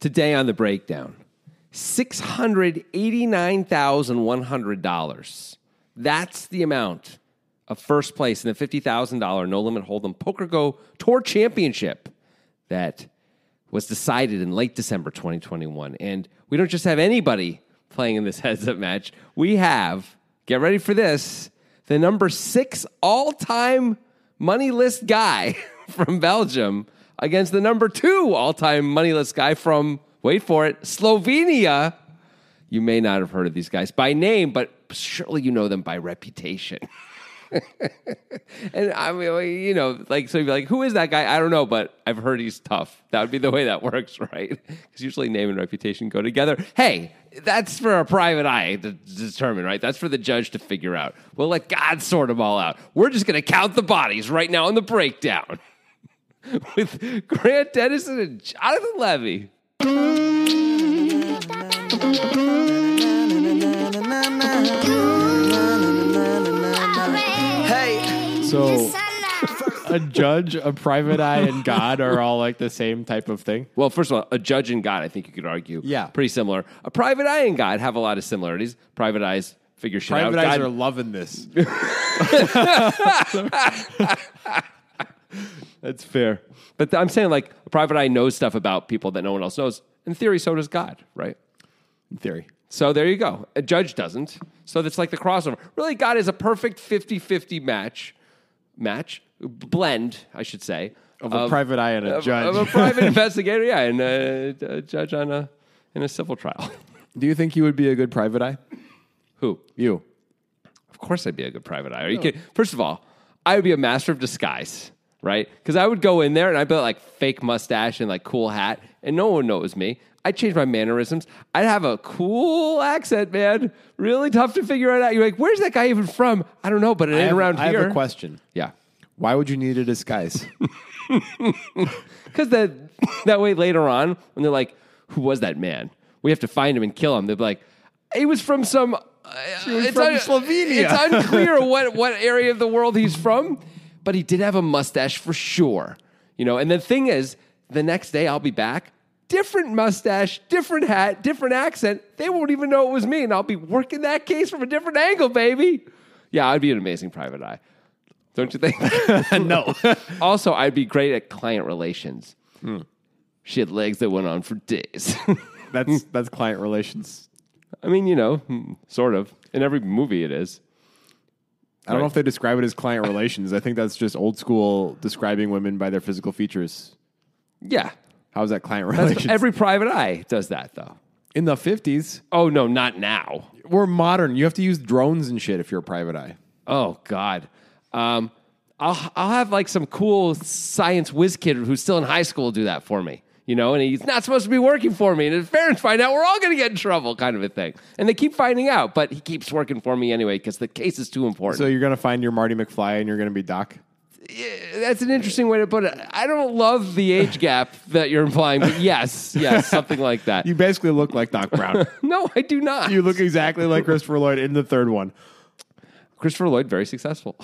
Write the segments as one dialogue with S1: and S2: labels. S1: Today on the breakdown, $689,100. That's the amount of first place in the $50,000 No Limit Hold'em Poker Go Tour Championship that was decided in late December 2021. And we don't just have anybody playing in this heads up match. We have, get ready for this, the number six all time money list guy from Belgium against the number two all time money list guy from, wait for it, Slovenia. You may not have heard of these guys by name, but surely you know them by reputation. and I mean, you know, like, so you'd be like, who is that guy? I don't know, but I've heard he's tough. That would be the way that works, right? Because usually name and reputation go together. Hey, that's for a private eye to determine, right? That's for the judge to figure out. We'll let God sort them all out. We're just going to count the bodies right now on the breakdown with Grant Dennison and Jonathan Levy.
S2: So a judge, a private eye, and God are all like the same type of thing.
S1: Well, first of all, a judge and God, I think you could argue.
S2: Yeah.
S1: Pretty similar. A private eye and God have a lot of similarities. Private eyes figure shit
S2: Private
S1: out.
S2: eyes
S1: God-
S2: are loving this.
S1: That's fair. But th- I'm saying, like, a private eye knows stuff about people that no one else knows. In theory, so does God, right?
S2: In theory.
S1: So there you go. A judge doesn't. So that's like the crossover. Really, God is a perfect 50 50 match, match, blend, I should say,
S2: Of a private eye and a
S1: of-
S2: judge.
S1: Of a private investigator, yeah, and a, a judge on a, in a civil trial.
S2: Do you think you would be a good private eye?
S1: Who?
S2: You.
S1: Of course, I'd be a good private eye. Are you kidding? First of all, I would be a master of disguise, right? Because I would go in there and I'd be like fake mustache and like cool hat, and no one knows me. I'd change my mannerisms. I'd have a cool accent, man. Really tough to figure it out. You're like, where's that guy even from? I don't know, but it ain't
S2: I have,
S1: around
S2: I
S1: here.
S2: have a question.
S1: Yeah,
S2: Why would you need a disguise?
S1: because that that way later on when they're like, who was that man? We have to find him and kill him. They'll be like, he was from some. Uh, it's
S2: from Slovenia.
S1: It's unclear what what area of the world he's from, but he did have a mustache for sure. You know, and the thing is, the next day I'll be back. Different mustache, different hat, different accent. They won't even know it was me, and I'll be working that case from a different angle, baby. Yeah, I'd be an amazing private eye. Don't you think?
S2: no.
S1: also, I'd be great at client relations. She had legs that went on for days.
S2: That's that's client relations.
S1: I mean, you know, hmm, sort of. In every movie, it is.
S2: I don't know if they describe it as client relations. I think that's just old school describing women by their physical features.
S1: Yeah.
S2: How's that client
S1: That's-
S2: relations?
S1: Every private eye does that, though.
S2: in the 50s,
S1: Oh, no, not now.
S2: we're modern. You have to use drones and shit if you're a private eye.
S1: Oh, God. Um, I'll, I'll have like some cool science whiz kid who's still in high school do that for me, you know, and he's not supposed to be working for me. And if parents find out, we're all going to get in trouble, kind of a thing. And they keep finding out, but he keeps working for me anyway because the case is too important.
S2: So you're going to find your Marty McFly and you're going to be Doc?
S1: That's an interesting way to put it. I don't love the age gap that you're implying, but yes, yes, something like that.
S2: You basically look like Doc Brown.
S1: no, I do not.
S2: you look exactly like Christopher Lloyd in the third one.
S1: Christopher Lloyd, very successful.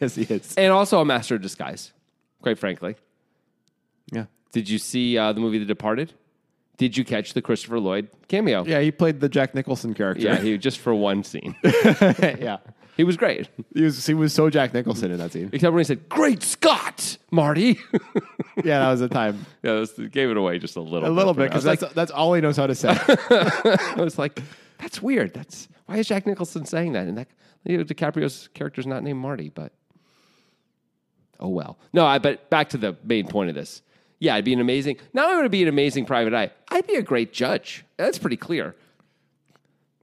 S2: Yes, he is.
S1: and also a master of disguise, quite frankly.
S2: Yeah.
S1: Did you see uh, the movie The Departed? Did you catch the Christopher Lloyd cameo?
S2: Yeah, he played the Jack Nicholson character.
S1: Yeah, he just for one scene.
S2: yeah.
S1: he was great.
S2: He was, he was so Jack Nicholson in that scene.
S1: Except when he said, Great Scott, Marty.
S2: Yeah, that was the time.
S1: yeah, this gave it away just a little
S2: A little
S1: for me.
S2: bit,
S1: I was
S2: because
S1: like,
S2: that's, that's all he knows how to say.
S1: I was like, that's weird. That's why is Jack Nicholson saying that? And that Leo DiCaprio's character's not named Marty, but oh well. No, I but back to the main point of this. Yeah, I'd be an amazing. Not only would I be an amazing private eye, I'd be a great judge. That's pretty clear.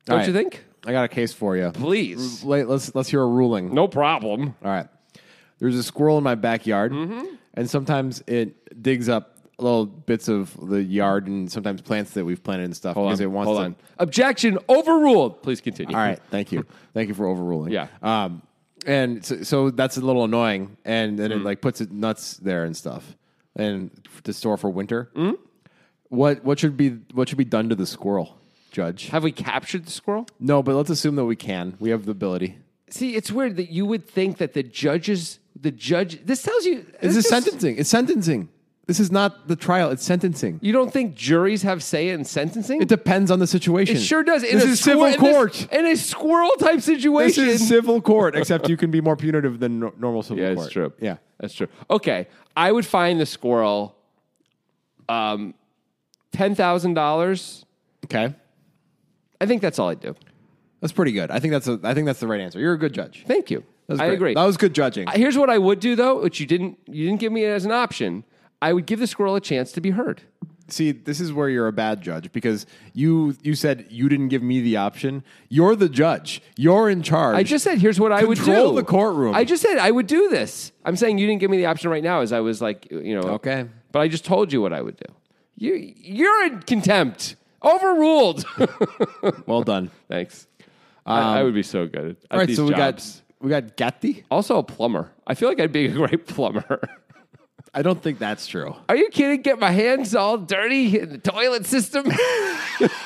S1: Don't
S2: right.
S1: you think?
S2: I got a case for you.
S1: Please.
S2: Let, let's, let's hear a ruling.
S1: No problem.
S2: All right. There's a squirrel in my backyard,
S1: Mm-hmm.
S2: and sometimes it digs up little bits of the yard and sometimes plants that we've planted and stuff
S1: Hold
S2: because
S1: on.
S2: it wants
S1: hold
S2: to.
S1: on. Objection overruled. Please continue.
S2: All right. Thank you. Thank you for overruling.
S1: Yeah.
S2: Um, and so, so that's a little annoying, and then
S1: Mm.
S2: it like puts it nuts there and stuff, and f- to store for winter.
S1: Mm?
S2: What what should be what should be done to the squirrel, Judge?
S1: Have we captured the squirrel?
S2: No, but let's assume that we can. We have the ability.
S1: See, it's weird that you would think that the judges, the judge, this tells you
S2: This is
S1: just-
S2: sentencing. It's sentencing. This is not the trial. It's sentencing.
S1: You don't think juries have say in sentencing?
S2: It depends on the situation.
S1: It sure does. In
S2: this
S1: a
S2: is
S1: squir-
S2: civil court.
S1: In, this- in a squirrel type
S2: This
S1: situation.
S2: is civil court, except you can be more punitive than nor- normal civil
S1: yeah,
S2: court.
S1: that's true.
S2: Yeah.
S1: that's true. Okay, I would find the squirrel, um, ten thousand dollars.
S2: Okay.
S1: I think that's all I'd do.
S2: That's pretty good. I think that's a, I think that's the right answer. You're a good judge.
S1: Thank you.
S2: That was
S1: I
S2: great.
S1: agree. Uh,
S2: That was good judging.
S1: Here's what I would do though, which you didn't you didn't give me as an option. I would give the squirrel a chance to be heard.
S2: See, this is where you're a bad judge because you you said you didn't give me the option. You're the judge. You're in charge.
S1: I just said here's what I would do.
S2: Control the courtroom.
S1: I just said I would do this. I'm saying you didn't give me the option right now as I was like, you know,
S2: Okay.
S1: But I just told you what I would do. You you're in contempt. Overruled.
S2: well done.
S1: Thanks. I, I would be so good at
S2: Um, All right,
S1: these
S2: so we
S1: jobs.
S2: got we got Gatti.
S1: also a plumber. I feel like I'd be a great plumber.
S2: I don't think that's true.
S1: Are you kidding? Get my hands all dirty in the toilet system.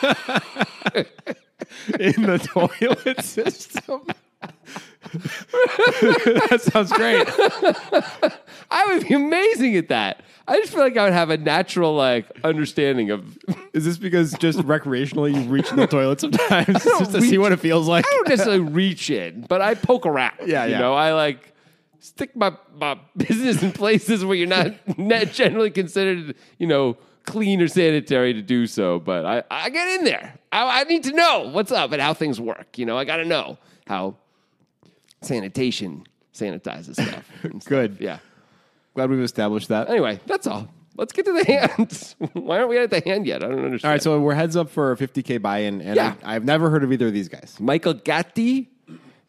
S2: In the toilet system. that sounds great.
S1: I would be amazing at that. I just feel like I would have a natural like understanding of. I
S2: Is this because just recreationally you reach in the toilet sometimes just to see
S1: reach-
S2: what it feels like?
S1: don't necessarily reach in, but I poke around.
S2: Yeah,
S1: you
S2: yeah.
S1: know, I like stick my my business in places where you're not not generally considered, you know, clean or sanitary to do so. But I I get in there. I, I need to know what's up and how things work. You know, I got to know how sanitation sanitizes stuff. and stuff.
S2: Good.
S1: Yeah.
S2: Glad we've established that.
S1: Anyway, that's all. Let's get to the hands. Why aren't we at the hand yet? I don't understand.
S2: All right, so we're heads up for a 50k buy-in, and
S1: Yeah.
S2: I, I've never heard of either of these guys.
S1: Michael Gatti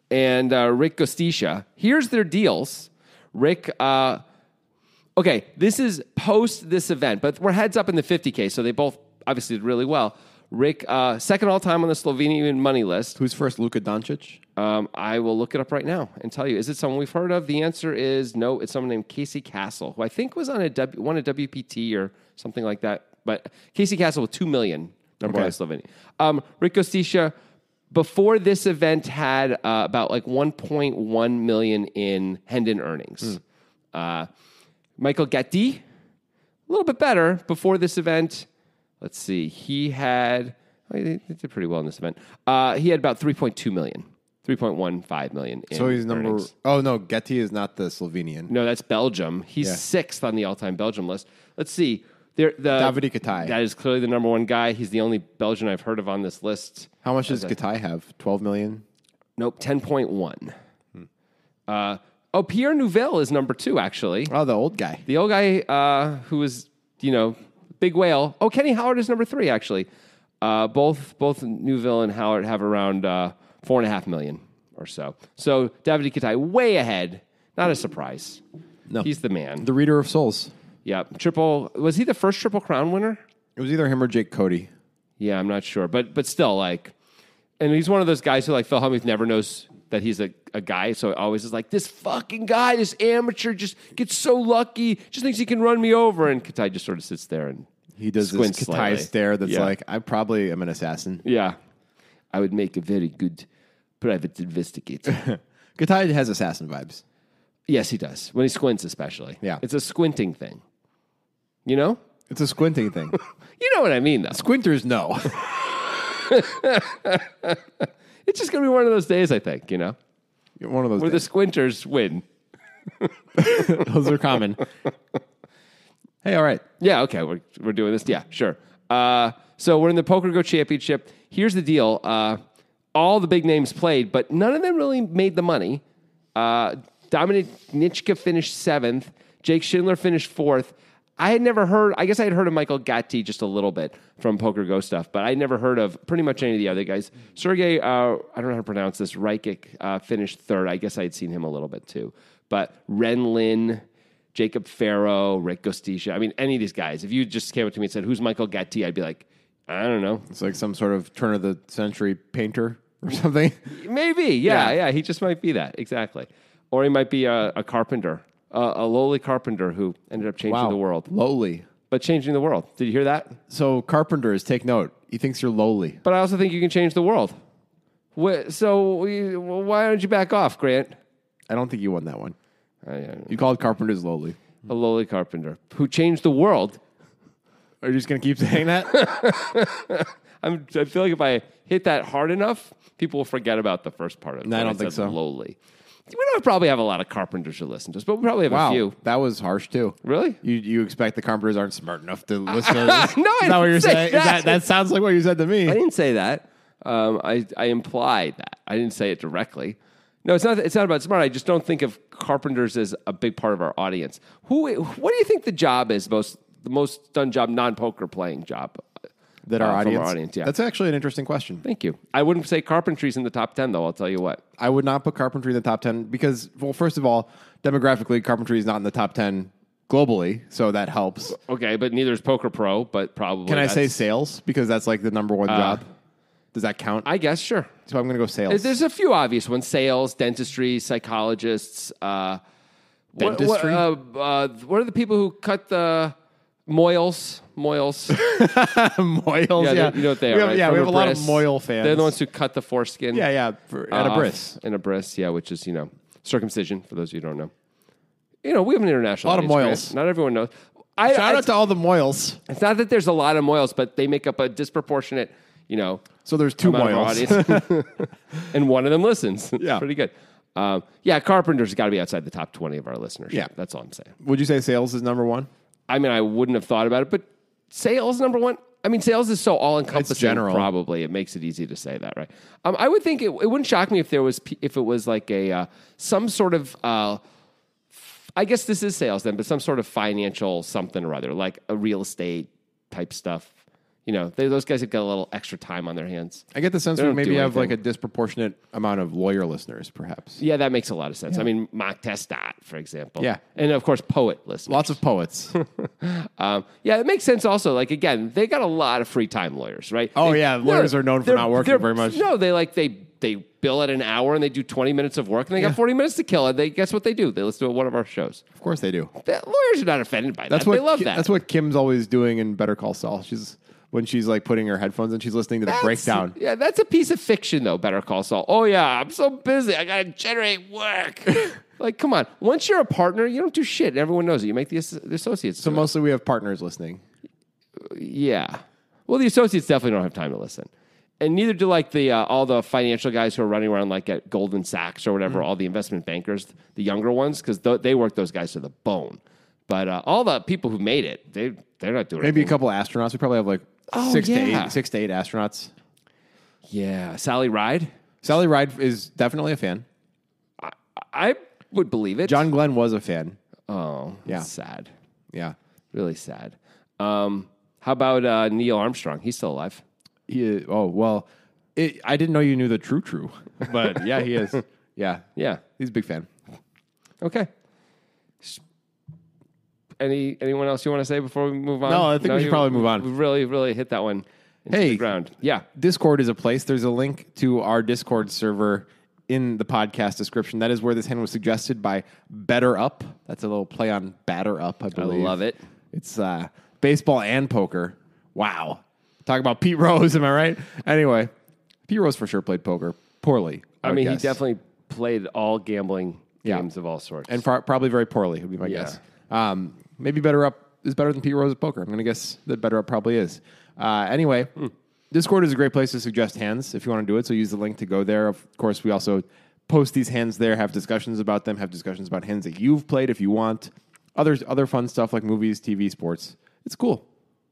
S1: and uh, Rick Gostisha. Here's their deals. Rick, uh, okay, this is post this event, but we're heads up in the 50K, so they both obviously did really well. Rick, uh, second all time on the Slovenian money list.
S2: Who's first, Luka Doncic?
S1: Um, I will look it up right now and tell you. Is it someone we've heard of? The answer is no. It's someone named Casey Castle, who I think was on a w, won a WPT or something like that. But Casey Castle with two million number one in
S2: Okay.
S1: Slovenia. Um, Rick Ostisha, before this event had uh, about like one point one million in Hendon earnings. Uh, Michael Gatti, a little bit better before this event. Let's see. He had oh, they they did pretty well in this event. Uh, he had about 3.2 million, 3.15 million. In
S2: So he's number.
S1: earnings.
S2: Oh no, Getty is not the Slovenian.
S1: No, that's Belgium. He's
S2: Yeah.
S1: sixth on the all-time Belgium list. Let's see. There, the
S2: Davide Katai.
S1: That is clearly the number one guy. He's the only Belgian I've heard of on this list.
S2: How much does Gatai have? Twelve million.
S1: Nope, ten point one.
S2: Hmm.
S1: Uh, oh, Pierre Nouvel is number two actually.
S2: Oh, the old guy.
S1: The old guy uh, who was, you know, big whale. Oh, Kenny Howard is number three, actually. Uh, both both Newville and Howard have around uh, four and a half million or so. So David Kitai way ahead. Not a surprise.
S2: No.
S1: he's the man.
S2: The Reader of Souls.
S1: yep. Triple was he the first Triple Crown winner?
S2: It was either him or Jake Cody.
S1: Yeah, I'm not sure, but but still, like, and he's one of those guys who like Phil Hellmuth never knows that he's a, a guy, so always is like this fucking guy, this amateur, just gets so lucky, just thinks he can run me over, and Katai just sort of sits there and
S2: He does
S1: Squints
S2: this Gatai
S1: slightly.
S2: stare that's
S1: Yeah.
S2: like, I probably am an assassin.
S1: yeah, I would make a very good private investigator.
S2: Gatai has assassin vibes.
S1: yes, he does when he squints, especially.
S2: Yeah.
S1: it's a squinting thing. You know,
S2: It's a squinting thing.
S1: you know what I mean, though.
S2: Squinters, no.
S1: It's just gonna be one of those days, I think. You know,
S2: You're One of those.
S1: where the squinters win.
S2: days. Those are common. hey, all right.
S1: Yeah, okay, we're, we're doing this. Yeah, sure. Uh, so we're in the Poker Go Championship. Here's the deal uh, all the big names played, but none of them really made the money. Uh, Dominic Nitschka finished seventh, Jake Schindler finished fourth. I had never heard, I guess I had heard of Michael Gatti just a little bit from Poker Go stuff, but I had never heard of pretty much any of the other guys. Sergey, uh, I don't know how to pronounce this, Reikic uh, finished third. I guess I had seen him a little bit too. But Ren Lin, Jacob Farrow, Rick Gostisha. I mean, any of these guys. If you just came up to me and said, "Who's Michael Gatti?" I'd be like, "I don't know.
S2: It's like some sort of turn of the century painter or something.
S1: Maybe. Yeah, yeah.
S2: Yeah.
S1: He just might be that exactly, or he might be a, a carpenter, a, a lowly carpenter who ended up changing the world.
S2: Lowly.
S1: But changing the world. Did you hear that?
S2: So carpenters, take note. He thinks you're lowly.
S1: But I also think you can change the world. Wh- So we- why don't you back off, Grant?
S2: I don't think you won that one.
S1: I- I-
S2: You called carpenters lowly.
S1: Loli Carpenter, who changed the world.
S2: Are you just going to keep saying that?
S1: I'm, I feel like if I hit that hard enough, people will forget about the first part of it.
S2: No, I
S1: when
S2: don't think
S1: said
S2: so.
S1: Lowly. We don't probably have a lot of carpenters who listen to us, but we probably have a few.
S2: that was harsh too.
S1: Really?
S2: You you expect the carpenters aren't smart enough to listen to this?
S1: No, I
S2: is that what
S1: didn't
S2: you're
S1: say
S2: saying? Is
S1: that.
S2: that that sounds like what you said to
S1: I
S2: me.
S1: didn't say that. Um, I, I implied that. I didn't say it directly. No, it's not. It's not about smart. I just don't think of carpenters as a big part of our audience. Who? What do you think the job is most the most done job non poker playing job
S2: That our
S1: uh, from
S2: audience,
S1: audience? Yeah.
S2: That's actually an interesting question.
S1: Thank you. I wouldn't say carpentry's in the top ten though. I'll tell you what.
S2: I would not put carpentry in the top 10 because, well, first of all, demographically, carpentry is not in the top 10 globally, so that helps.
S1: Okay, but neither is poker pro. But probably
S2: Can I say
S1: that's- Uh,
S2: sales? Because that's like the number one job. Does that count?
S1: I guess sure.
S2: so I'm going to go sales.
S1: There's a few obvious ones: sales, dentistry, psychologists. Uh, what- what,
S2: Dentistry?
S1: uh, uh, what are the people who cut the moils? Moils.
S2: Moils, yeah,
S1: Yeah, they- you know what they
S2: we
S1: are.
S2: Have,
S1: right?
S2: Yeah,
S1: From
S2: we have a lot of
S1: bris.
S2: Moyle fans.
S1: They're the ones Ah. who cut the foreskin.
S2: yeah, yeah, for, at a
S1: off
S2: bris.
S1: In a bris, yeah, which is you know circumcision for those of you who don't know. You know, we have an international.
S2: A lot of
S1: audience,
S2: moils.
S1: right? Not everyone knows. I,
S2: Shout
S1: I-
S2: out to all the Moyles.
S1: it's not that there's a lot of moils, but they make up a disproportionate, you know,
S2: So there's two
S1: amount of our
S2: Moyles.
S1: audience. and one of them listens. It's
S2: Yeah.
S1: pretty good. Um, yeah, Carpenter's got to be outside the top 20 of our listeners.
S2: Yeah.
S1: That's all I'm saying.
S2: Would you say sales is number one?
S1: I mean, I wouldn't have thought about it, but sales number one. I mean, sales is so all encompassing.
S2: general.
S1: Probably it makes it easy to say that, right? Um, I would think it, it wouldn't shock me if there was p- if it was like a uh, some sort of. Uh, I guess this is sales then, but some sort of financial something or other, like a real estate type stuff. You know, they, those guys have got a little extra time on their hands.
S2: I get the sense we
S1: don't
S2: maybe
S1: do
S2: have like a
S1: anything.
S2: disproportionate amount of lawyer listeners, perhaps.
S1: Yeah, that makes a lot of sense. I mean, Mock Testat, for example.
S2: Yeah.
S1: And of course, poet list.
S2: Lots of poets.
S1: Um, yeah, it makes sense. Also, like again, they got a lot of free time lawyers, right?
S2: Oh,
S1: They-
S2: yeah, lawyers are known for
S1: they're-
S2: not working
S1: they're-
S2: very much.
S1: No, they like they they bill at an hour and they do twenty minutes of work and they got forty minutes to kill. And they guess what they do? They listen to one of our shows.
S2: of course they do.
S1: The lawyers are not offended by
S2: That's
S1: that.
S2: what
S1: they love
S2: Ki-
S1: that.
S2: That's what Kim's always doing in Better Call Saul. She's when she's like putting her headphones and she's listening to the
S1: That's-
S2: breakdown.
S1: Yeah, that's a piece of fiction, though. Better Call Saul. Oh yeah, I'm so busy. I gotta generate work. like, come on. Once you're a partner, you don't do shit. and Everyone knows it. You make the, as- the associates.
S2: So
S1: do it.
S2: mostly we have partners listening.
S1: Yeah. Well, the associates definitely don't have time to listen, and neither do like the uh, all the financial guys who are running around like at Goldman Sachs or whatever.
S2: Mm-hmm.
S1: All the investment bankers, the younger ones, because th- they work those guys to the bone. But uh, all the people who made it, they they're not doing
S2: Maybe a
S1: anything.
S2: couple of astronauts. We probably have like
S1: Oh,
S2: six to
S1: yeah.
S2: eight, six to eight astronauts.
S1: Yeah, Sally Ride.
S2: Sally Ride is definitely a fan.
S1: I would believe it.
S2: John Glenn was a fan.
S1: Oh,
S2: Yeah.
S1: that's sad.
S2: Yeah,
S1: Really sad. Um, how about uh, Neil Armstrong? He's still alive.
S2: he. Oh well, it, I didn't know you knew the true true, but yeah, he is. Yeah,
S1: Yeah.
S2: he's a big fan.
S1: Okay. S- Any anyone else you want to say before we move on?
S2: No, I think we should
S1: you-
S2: probably move on.
S1: We really, really hit that one. Into
S2: Hey.
S1: the ground. Yeah.
S2: Discord is a place. There's a link to our Discord server in the podcast description. That is where this hand was suggested by Better Up. That's a little play on Batter Up, I believe.
S1: love it.
S2: It's uh, baseball and poker. Wow. Talk about Pete Rose, am I right? Anyway, Pete Rose for sure played poker poorly.
S1: I,
S2: would
S1: mean,
S2: guess.
S1: he definitely played all gambling
S2: Yeah.
S1: games of all sorts.
S2: And pro- probably very poorly, would be my guess. Um, maybe Better Up is better than Pete Rose at poker. I'm going to guess that Better Up probably is. Uh, anyway, Discord is a great place to suggest hands if you want to do it. So use the link to go there. Of course, we also post these hands there, have discussions about them, have discussions about hands that you've played if you want. Others, other fun stuff like movies, TV, sports. It's cool.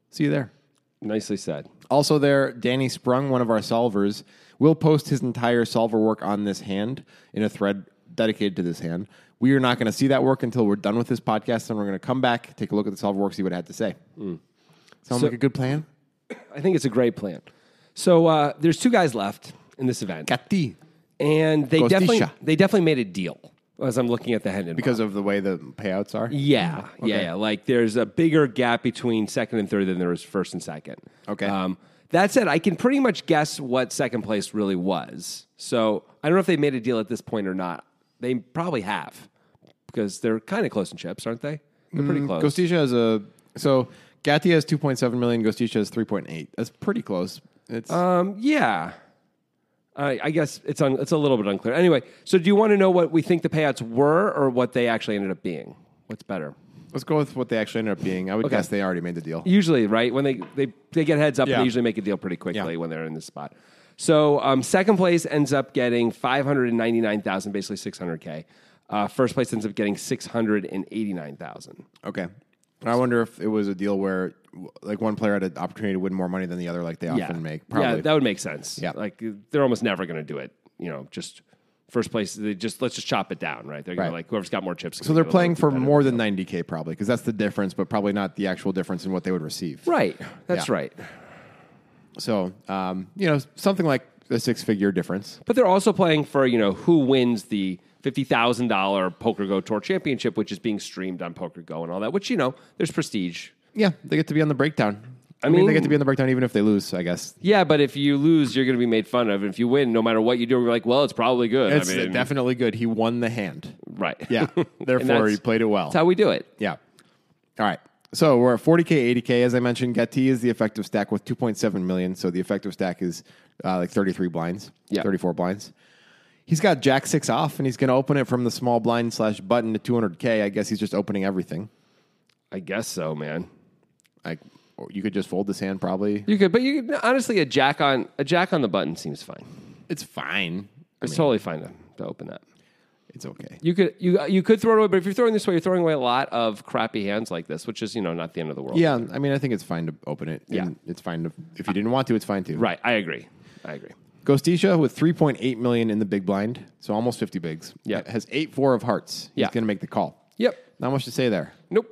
S2: See you there.
S1: Nicely said.
S2: Also, there, Danny Sprung, one of our solvers, will post his entire solver work on this hand in a thread dedicated to this hand. We are not going to see that work until we're done with this podcast, and we're going to come back, take a look at the solver work, see what it had to say. Sound like a good plan?
S1: I think it's a great plan. So uh, there's two guys left in this event,
S2: Gatti.
S1: and they definitely
S2: Costisha.
S1: they definitely made a deal. As I'm looking at the head
S2: Because of the way the payouts are?
S1: Yeah, yeah, yeah. Like there's a bigger gap between second and third than there is first and second.
S2: Okay.
S1: Um, that said, I can pretty much guess what second place really was. So I don't know if they made a deal at this point or not. They probably have because they're kind of close in chips, aren't they? They're pretty close.
S2: Gostisha has a. So, Gatti has 2.7 million, Gostisha has 3.8. That's pretty close. It's
S1: um, yeah. I, I guess it's un, it's a little bit unclear. Anyway, so do you want to know what we think the payouts were or what they actually ended up being? What's better?
S2: Let's go with what they actually ended up being. I would
S1: Okay.
S2: guess they already made the deal.
S1: Usually, right when they they, they get heads up,
S2: Yeah.
S1: they usually make a deal pretty quickly
S2: Yeah.
S1: when they're in this spot. So um, second place ends up getting five hundred and ninety nine thousand, basically six hundred k. Uh, First place ends up getting six hundred and eighty nine thousand.
S2: Okay. I wonder if it was a deal where w- like one player had an opportunity to win more money than the other, like they often make. Probably.
S1: Yeah, that would make sense.
S2: Yeah.
S1: Like they're almost never going to do it. You know, just first place, they just let's just chop it down, right? They're gonna
S2: Right.
S1: like whoever's got more chips.
S2: so they're playing for more than 90K probably because that's the difference, but probably not the actual difference in what they would receive.
S1: Right. That's
S2: Yeah.
S1: right.
S2: So, um, you know, something like a six figure difference.
S1: But they're also playing for, you know, who wins the $50,000 Poker Go Tour Championship, which is being streamed on Poker Go and all that, which, you know, there's prestige.
S2: Yeah, they get to be on the breakdown. I,
S1: mean-
S2: mean, they get to be on the breakdown even if they lose, I guess.
S1: Yeah, but if you lose, you're going to be made fun of. And if you win, no matter what you do, we're like, well, it's probably good.
S2: It's
S1: I mean,
S2: definitely good. He won the hand.
S1: right.
S2: Yeah.
S1: And
S2: Therefore,
S1: that's-
S2: he played it well.
S1: That's how we do it.
S2: Yeah. All right. So we're at 40K, 80K. As I mentioned, Getty is the effective stack with 2.7 million. So the effective stack is uh, like 33 blinds,
S1: Yeah.
S2: 34 blinds. He's got Jack 6 off, and he's going to open it from the small blind slash button to 200K. I guess he's just opening everything.
S1: I guess so, man.
S2: Like, or you could just fold this hand, probably.
S1: You could, but you could, honestly, a jack on a jack on the button seems fine.
S2: It's fine.
S1: It's totally fine to, to open that.
S2: It's okay.
S1: You could you you could throw it away, but if you're throwing this way, you're throwing away a lot of crappy hands like this, which is you know not the end of the world.
S2: Yeah. I mean, I think it's fine to open it.
S1: Yeah.
S2: And It's fine to, if you didn't want to, it's fine to.
S1: right. I agree. I agree.
S2: Ghostisha with 3.8 million in the big blind, so almost 50 bigs.
S1: Yeah.
S2: Has 8 4 of hearts.
S1: Yeah.
S2: He's going to make the call.
S1: Yep.
S2: Not much to say there.
S1: Nope.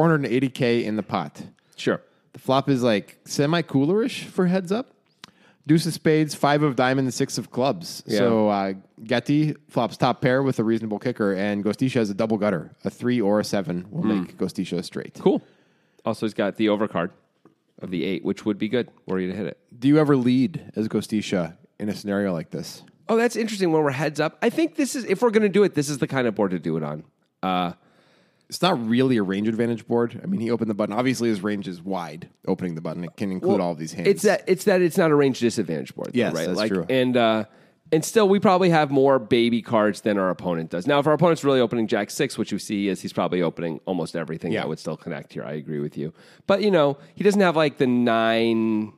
S2: 480K in the pot.
S1: Sure.
S2: The flop is like semi coolerish for heads up. Deuce of spades, five of diamonds, six of clubs.
S1: Yeah.
S2: So uh, Getty flops top pair with a reasonable kicker, and Ghostisha has a double gutter. A three or a seven will make Ghostisha straight.
S1: Hmm. Cool. Also, he's got the overcard of the eight, which would be good were you to hit it.
S2: Do you ever lead as Ghostisha in a scenario like this?
S1: Oh, that's interesting. When we're heads up, I think this is if we're going to do it, this is the kind of board to do it on. Uh,
S2: It's not really a range advantage board. I mean, he opened the button. Obviously, his range is wide. Opening the button, it can include all of these hands.
S1: It's that it's that it's not a range disadvantage board. though,
S2: Yes,
S1: right.
S2: that's
S1: like,
S2: true.
S1: And uh, and still, we probably have more baby cards than our opponent does. Now, if our opponent's really opening Jack six, which you see is he's probably opening almost everything
S2: Yeah.
S1: that would still connect here. I agree with you, but you know he doesn't have like the nine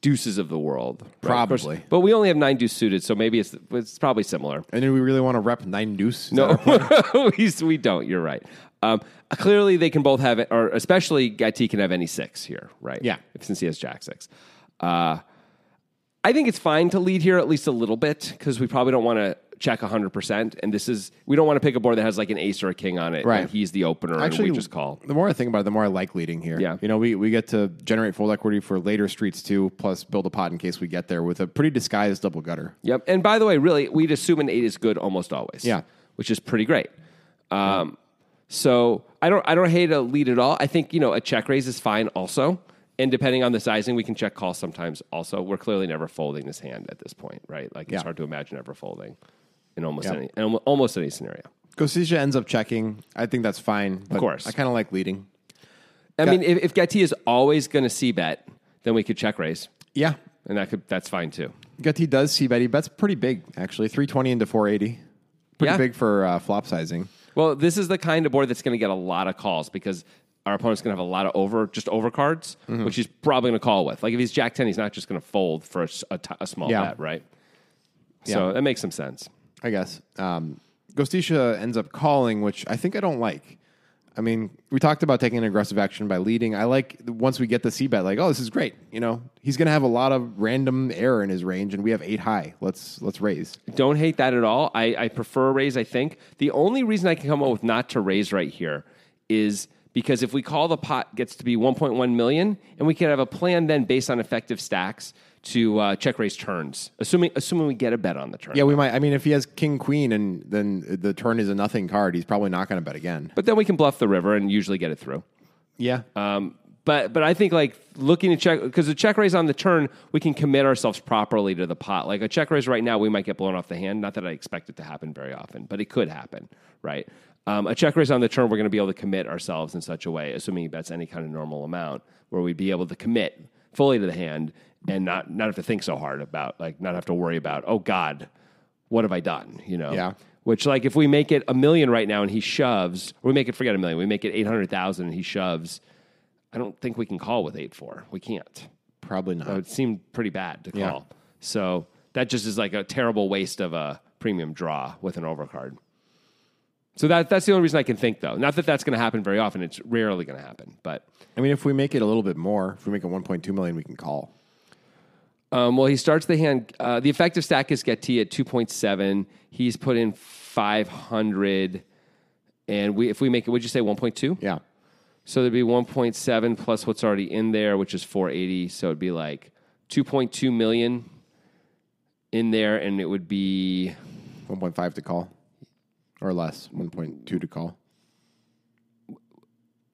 S1: deuces of the world. right? Of course-
S2: Probably.
S1: but we only have nine deuce suited, so maybe it's it's probably similar.
S2: and then we really want to rep nine deuce. Is that-
S1: No, we, we don't. You're right. Um, clearly, they can both have it, or especially Gatti can have any six here, right?
S2: Yeah.
S1: since he has Jack six. Uh, I think it's fine to lead here at least a little bit because we probably don't want to check 100%. And this is, we don't want to pick a board that has like an ace or a king on it.
S2: Right.
S1: And he's the opener and we just call.
S2: The more I think about it, the more I like leading here.
S1: Yeah.
S2: You know, we, we get to generate fold equity for later streets too, plus build a pot in case we get there with a pretty disguised double gutter.
S1: Yep. And by the way, really, we'd assume an eight is good almost always.
S2: Yeah.
S1: Which is pretty great. Um, so I don't I don't hate a lead at all. I think, you know, a check raise is fine also. And depending on the sizing, we can check call sometimes also. We're clearly never folding this hand at this point, right? Like it's
S2: Yeah.
S1: hard to imagine ever folding in almost
S2: Yeah.
S1: any in almo- almost any scenario.
S2: Gosisha ends up checking. I think that's fine. Of
S1: course.
S2: I kind of like leading.
S1: I
S2: Got-
S1: mean, if, if Getty is always gonna see bet, then we could check raise.
S2: Yeah.
S1: And that could that's fine too.
S2: Getty does see bet. He bets pretty big, actually 320 into 480. Pretty
S1: Yeah.
S2: big for uh, flop sizing.
S1: Well, this is the kind of board that's going to get a lot of calls because our opponent's going to have a lot of over just over cards,
S2: Mm-hmm.
S1: which he's probably going to call with. Like if he's Jack ten, he's not just going to fold for a, s- a t- a small
S2: Yeah.
S1: bet, right? So that makes some sense.
S2: I guess. Um, Gostisha ends up calling, which I think I don't like. I mean, we talked about taking an aggressive action by leading. I like once we get the C bet, like, oh, this is great. You know, he's going to have a lot of random error in his range, and we have eight high. Let's let's raise.
S1: Don't hate that at all. I, I prefer a raise, I think. The only reason I can come up with not to raise right here is because if we call the pot gets to be 1.1 million, and we can have a plan then based on effective stacks to uh, check raise turns, assuming assuming we get a bet on the turn.
S2: Yeah, we might. I mean, if he has king queen, and then the turn is a nothing card, he's probably not going to bet again.
S1: But then we can bluff the river and usually get it through.
S2: Yeah,
S1: Um, but but I think like looking to check because the check raise on the turn, we can commit ourselves properly to the pot. Like a check raise right now, we might get blown off the hand. Not that I expect it to happen very often, but it could happen, right? Um, a check raise on the turn, we're going to be able to commit ourselves in such a way, assuming he bets any kind of normal amount, where we'd be able to commit fully to the hand and not not have to think so hard about like not have to worry about oh God, what have I done? You know,
S2: Yeah.
S1: Which, like, if we make it a million right now and he shoves, or we make it forget a million, we make it eight hundred thousand and he shoves. I don't think we can call with eight four. We can't.
S2: Probably not.
S1: It would seem pretty bad to call. So that just is like a terrible waste of a premium draw with an overcard. So that that's the only reason I can think though. Not that that's going to happen very often. It's rarely going to happen, but
S2: I mean, if we make it a little bit more, if we make it 1.2 million, we can call.
S1: Um, well, he starts the hand. Uh, the effective stack is Getty at 2.7. He's put in 500. And we, if we make it, would you say 1.2?
S2: Yeah.
S1: So there'd be 1.7 plus what's already in there, which is 480. So it'd be like 2.2 million in there. And it would be,
S2: 1.5 to call or less. 1.2 to call.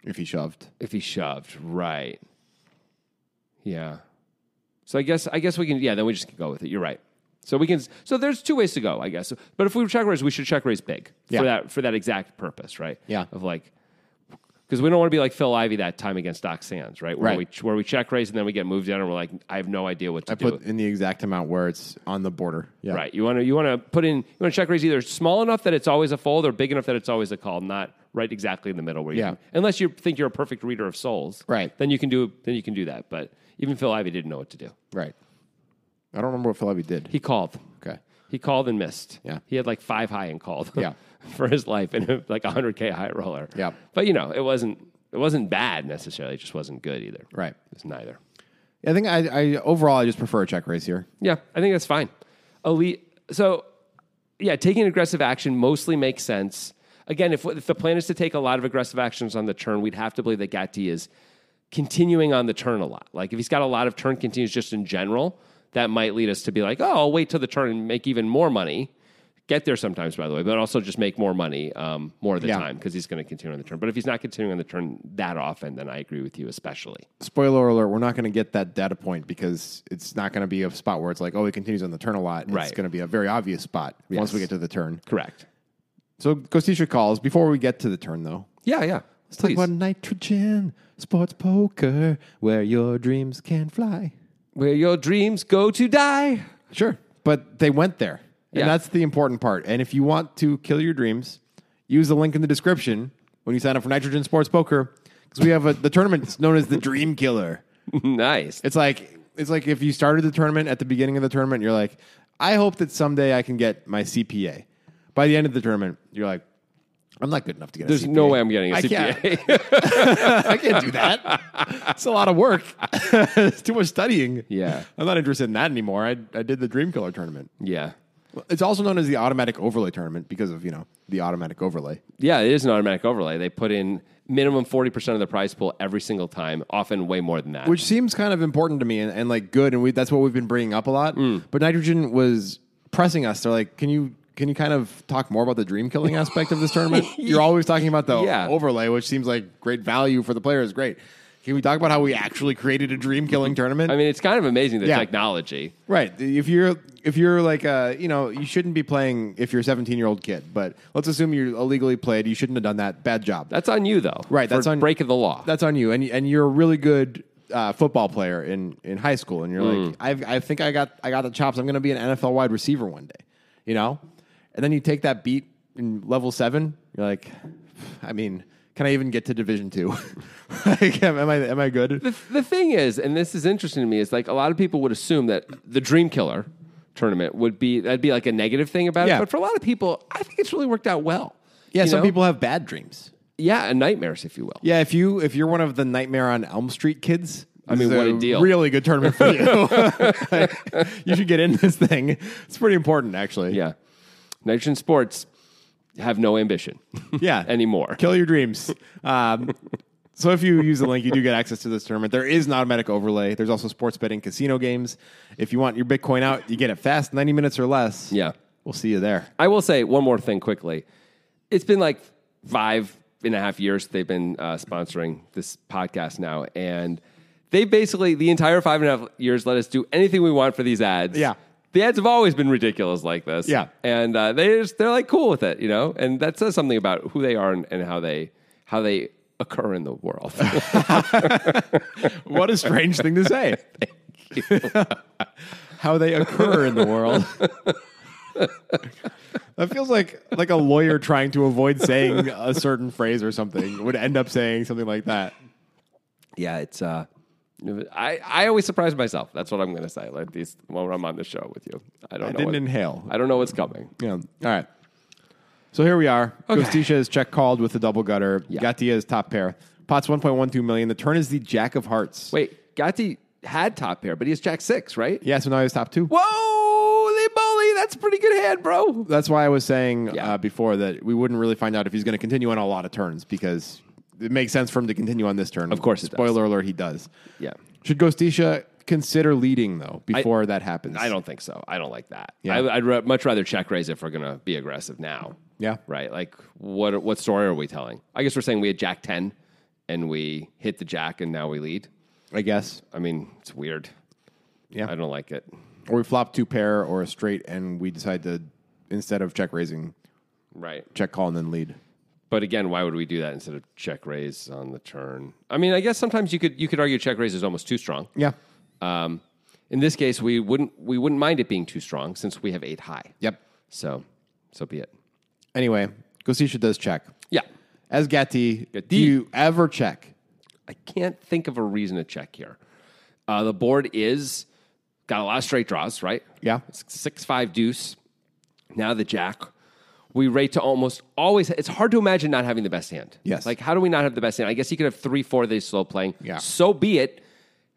S2: If he shoved.
S1: if he shoved, right. Yeah. So I guess, I guess we can, yeah, then we just can go with it. You're right. So we can, so there's two ways to go, I guess. But if we check raise, we should check raise big
S2: Yeah.
S1: for that, for that exact purpose, right?
S2: Yeah.
S1: Of like, because we don't want to be like Phil Ivey that time against Doc Sands, right? Where
S2: Right.
S1: we where we check raise and then we get moved down and we're like, I have no idea what to
S2: I
S1: do.
S2: put in the exact amount where it's on the border. Yeah.
S1: Right. You want to you want to put in you want to check raise either small enough that it's always a fold or big enough that it's always a call, not right exactly in the middle where you
S2: Yeah.
S1: can- unless you think you're a perfect reader of souls.
S2: Right.
S1: Then you can do then you can do that, but even Phil Ivey didn't know what to do.
S2: Right. I don't remember what Philadelphia did.
S1: He called.
S2: Okay.
S1: He called and missed.
S2: Yeah.
S1: He had like 5 high and called.
S2: Yeah.
S1: for his life and like a 100k high roller.
S2: Yeah.
S1: But you know, it wasn't it wasn't bad necessarily, it just wasn't good either.
S2: Right.
S1: It was neither.
S2: I think I, I overall I just prefer a check raise here.
S1: Yeah, I think that's fine. Elite. So, yeah, taking aggressive action mostly makes sense. Again, if, if the plan is to take a lot of aggressive actions on the turn, we'd have to believe that Gatti is continuing on the turn a lot. Like if he's got a lot of turn continues just in general, that might lead us to be like, oh, I'll wait till the turn and make even more money. Get there sometimes, by the way, but also just make more money um, more of the
S2: Yeah.
S1: time because he's going to continue on the turn. But if he's not continuing on the turn that often, then I agree with you, especially.
S2: Spoiler alert, we're not going to get that data point because it's not going to be a spot where it's like, oh, it continues on the turn a lot.
S1: Right.
S2: It's going to be a very obvious spot once
S1: Yes.
S2: we get to the turn.
S1: Correct.
S2: So Gostisha calls. Before we get to the turn, though,
S1: Yeah, yeah. Let's
S2: It's like about nitrogen, sports poker, where your dreams can fly.
S1: Where your dreams go to die.
S2: Sure. But they went there.
S1: Yeah.
S2: And that's the important part. And if you want to kill your dreams, use the link in the description when you sign up for Nitrogen Sports Poker. Because we have a, the tournament it's known as the Dream Killer.
S1: nice.
S2: It's like it's like if you started the tournament at the beginning of the tournament, you're like, I hope that someday I can get my CPA. By the end of the tournament, you're like, I'm not good enough to get
S1: There's
S2: a CPA.
S1: no way I'm getting a
S2: I can't.
S1: CPA.
S2: I can't do that. It's a lot of work. it's too much studying.
S1: Yeah.
S2: I'm not interested in that anymore. I, I did the Dream Killer tournament.
S1: yeah.
S2: It's also known as the automatic overlay tournament because of, you know, the automatic overlay.
S1: Yeah, it is an automatic overlay. They put in minimum 40% of the prize pool every single time, often way more than that.
S2: Which seems kind of important to me and, and like good and we that's what we've been bringing up a lot.
S1: Mm.
S2: But Nitrogen was pressing us. They're like, "Can you can you kind of talk more about the dream killing aspect of this tournament? You're always talking about the
S1: Yeah.
S2: overlay, which seems like great value for the players. Great. Can we talk about how we actually created a dream killing tournament?
S1: Mm-hmm. I mean, it's kind of amazing the
S2: Yeah.
S1: technology.
S2: Right. If you're if you're like uh you know you shouldn't be playing if you're a 17 year old kid, but let's assume you illegally played. You shouldn't have done that. Bad job.
S1: That's on you, though.
S2: Right,
S1: for
S2: that's on-
S1: break of the law.
S2: That's on you. And and you're a really good uh, football player in in high school, and you're
S1: Mm.
S2: like I've, I think I got I got the chops. I'm going to be an NFL wide receiver one day. You know, and then you take that beat in level seven. You're like, I mean, can I even get to Division two? like, am, am I am I good?
S1: the, the thing is, and this is interesting to me, is like a lot of people would assume that the Dream Killer tournament would be that'd be like a negative thing about it.
S2: Yeah.
S1: But for a lot of people, I think it's really worked out well.
S2: Yeah,
S1: You
S2: some
S1: know?
S2: people have bad dreams.
S1: yeah, and nightmares, if you will.
S2: Yeah, if you if you're one of the Nightmare on Elm Street kids, I
S1: mean, what a deal.
S2: Really good tournament for you. you should get in this thing. It's pretty important, actually.
S1: Yeah. Nitrogen sports have no ambition.
S2: yeah.
S1: Anymore.
S2: kill your dreams. Um, so if you use the link, you do get access to this tournament. There is an automatic overlay. There's also sports betting, casino games. If you want your Bitcoin out, you get it fast, ninety minutes or less.
S1: Yeah.
S2: we'll see you there.
S1: I will say one more thing quickly. It's been like five and a half years they've been uh, sponsoring this podcast now, and they basically the entire five and a half years let us do anything we want for these ads.
S2: Yeah.
S1: The ads have always been ridiculous like this.
S2: Yeah.
S1: and uh, they just, they're like cool with it, you know, and that says something about who they are and, and how they how they occur in the world.
S2: What a strange thing to say. How they occur in the world. That feels like like a lawyer trying to avoid saying a certain phrase or something would end up saying something like that.
S1: yeah, it's uh, I I always surprise myself. That's what I'm going to say. Like these when I'm on the show with you, I don't.
S2: I
S1: know
S2: didn't
S1: what-
S2: inhale.
S1: I don't know what's coming.
S2: Yeah. All right. So here we are.
S1: Okay.
S2: Gostisha is check called with the double gutter.
S1: Yeah.
S2: Gatia is top pair. Pot's 1.12 million. The turn is the jack of hearts.
S1: Wait, Gatti had top pair, but he has jack six, right?
S2: Yeah, so now he's top two.
S1: Whoa, they bully. That's a pretty good hand, bro.
S2: That's why I was saying
S1: Yeah.
S2: uh, before that we wouldn't really find out if he's going to continue on a lot of turns because it makes sense for him to continue on this turn.
S1: Of course it does.
S2: Spoiler alert, he does.
S1: Yeah.
S2: Should Gostisha consider leading, though, before that happens?
S1: I don't think so. I don't like that.
S2: Yeah.
S1: I, I'd ra- much rather check raise if we're going to be aggressive now.
S2: Yeah.
S1: Right. Like, what what story are we telling? I guess we're saying we had Jack ten, and we hit the Jack, and now we lead.
S2: I guess.
S1: I mean, it's weird.
S2: Yeah.
S1: I don't like it.
S2: Or we flop two pair or a straight and we decide to, instead of check raising,
S1: Right.
S2: check call and then lead.
S1: But again, why would we do that instead of check raise on the turn? I mean, I guess sometimes you could you could argue check raise is almost too strong.
S2: Yeah.
S1: Um, in this case, we wouldn't we wouldn't mind it being too strong since we have eight high.
S2: Yep.
S1: So so be it.
S2: Anyway, Gostisha does check.
S1: Yeah.
S2: As Gatti,
S1: Gatti.
S2: do you ever check?
S1: I can't think of a reason to check here. Uh, the board is got a lot of straight draws, right?
S2: Yeah.
S1: S- Six five deuce. Now the jack. We rate to almost always. It's hard to imagine not having the best hand.
S2: Yes.
S1: Like how do we not have the best hand? I guess he could have three four. They slow playing.
S2: Yeah.
S1: So be it.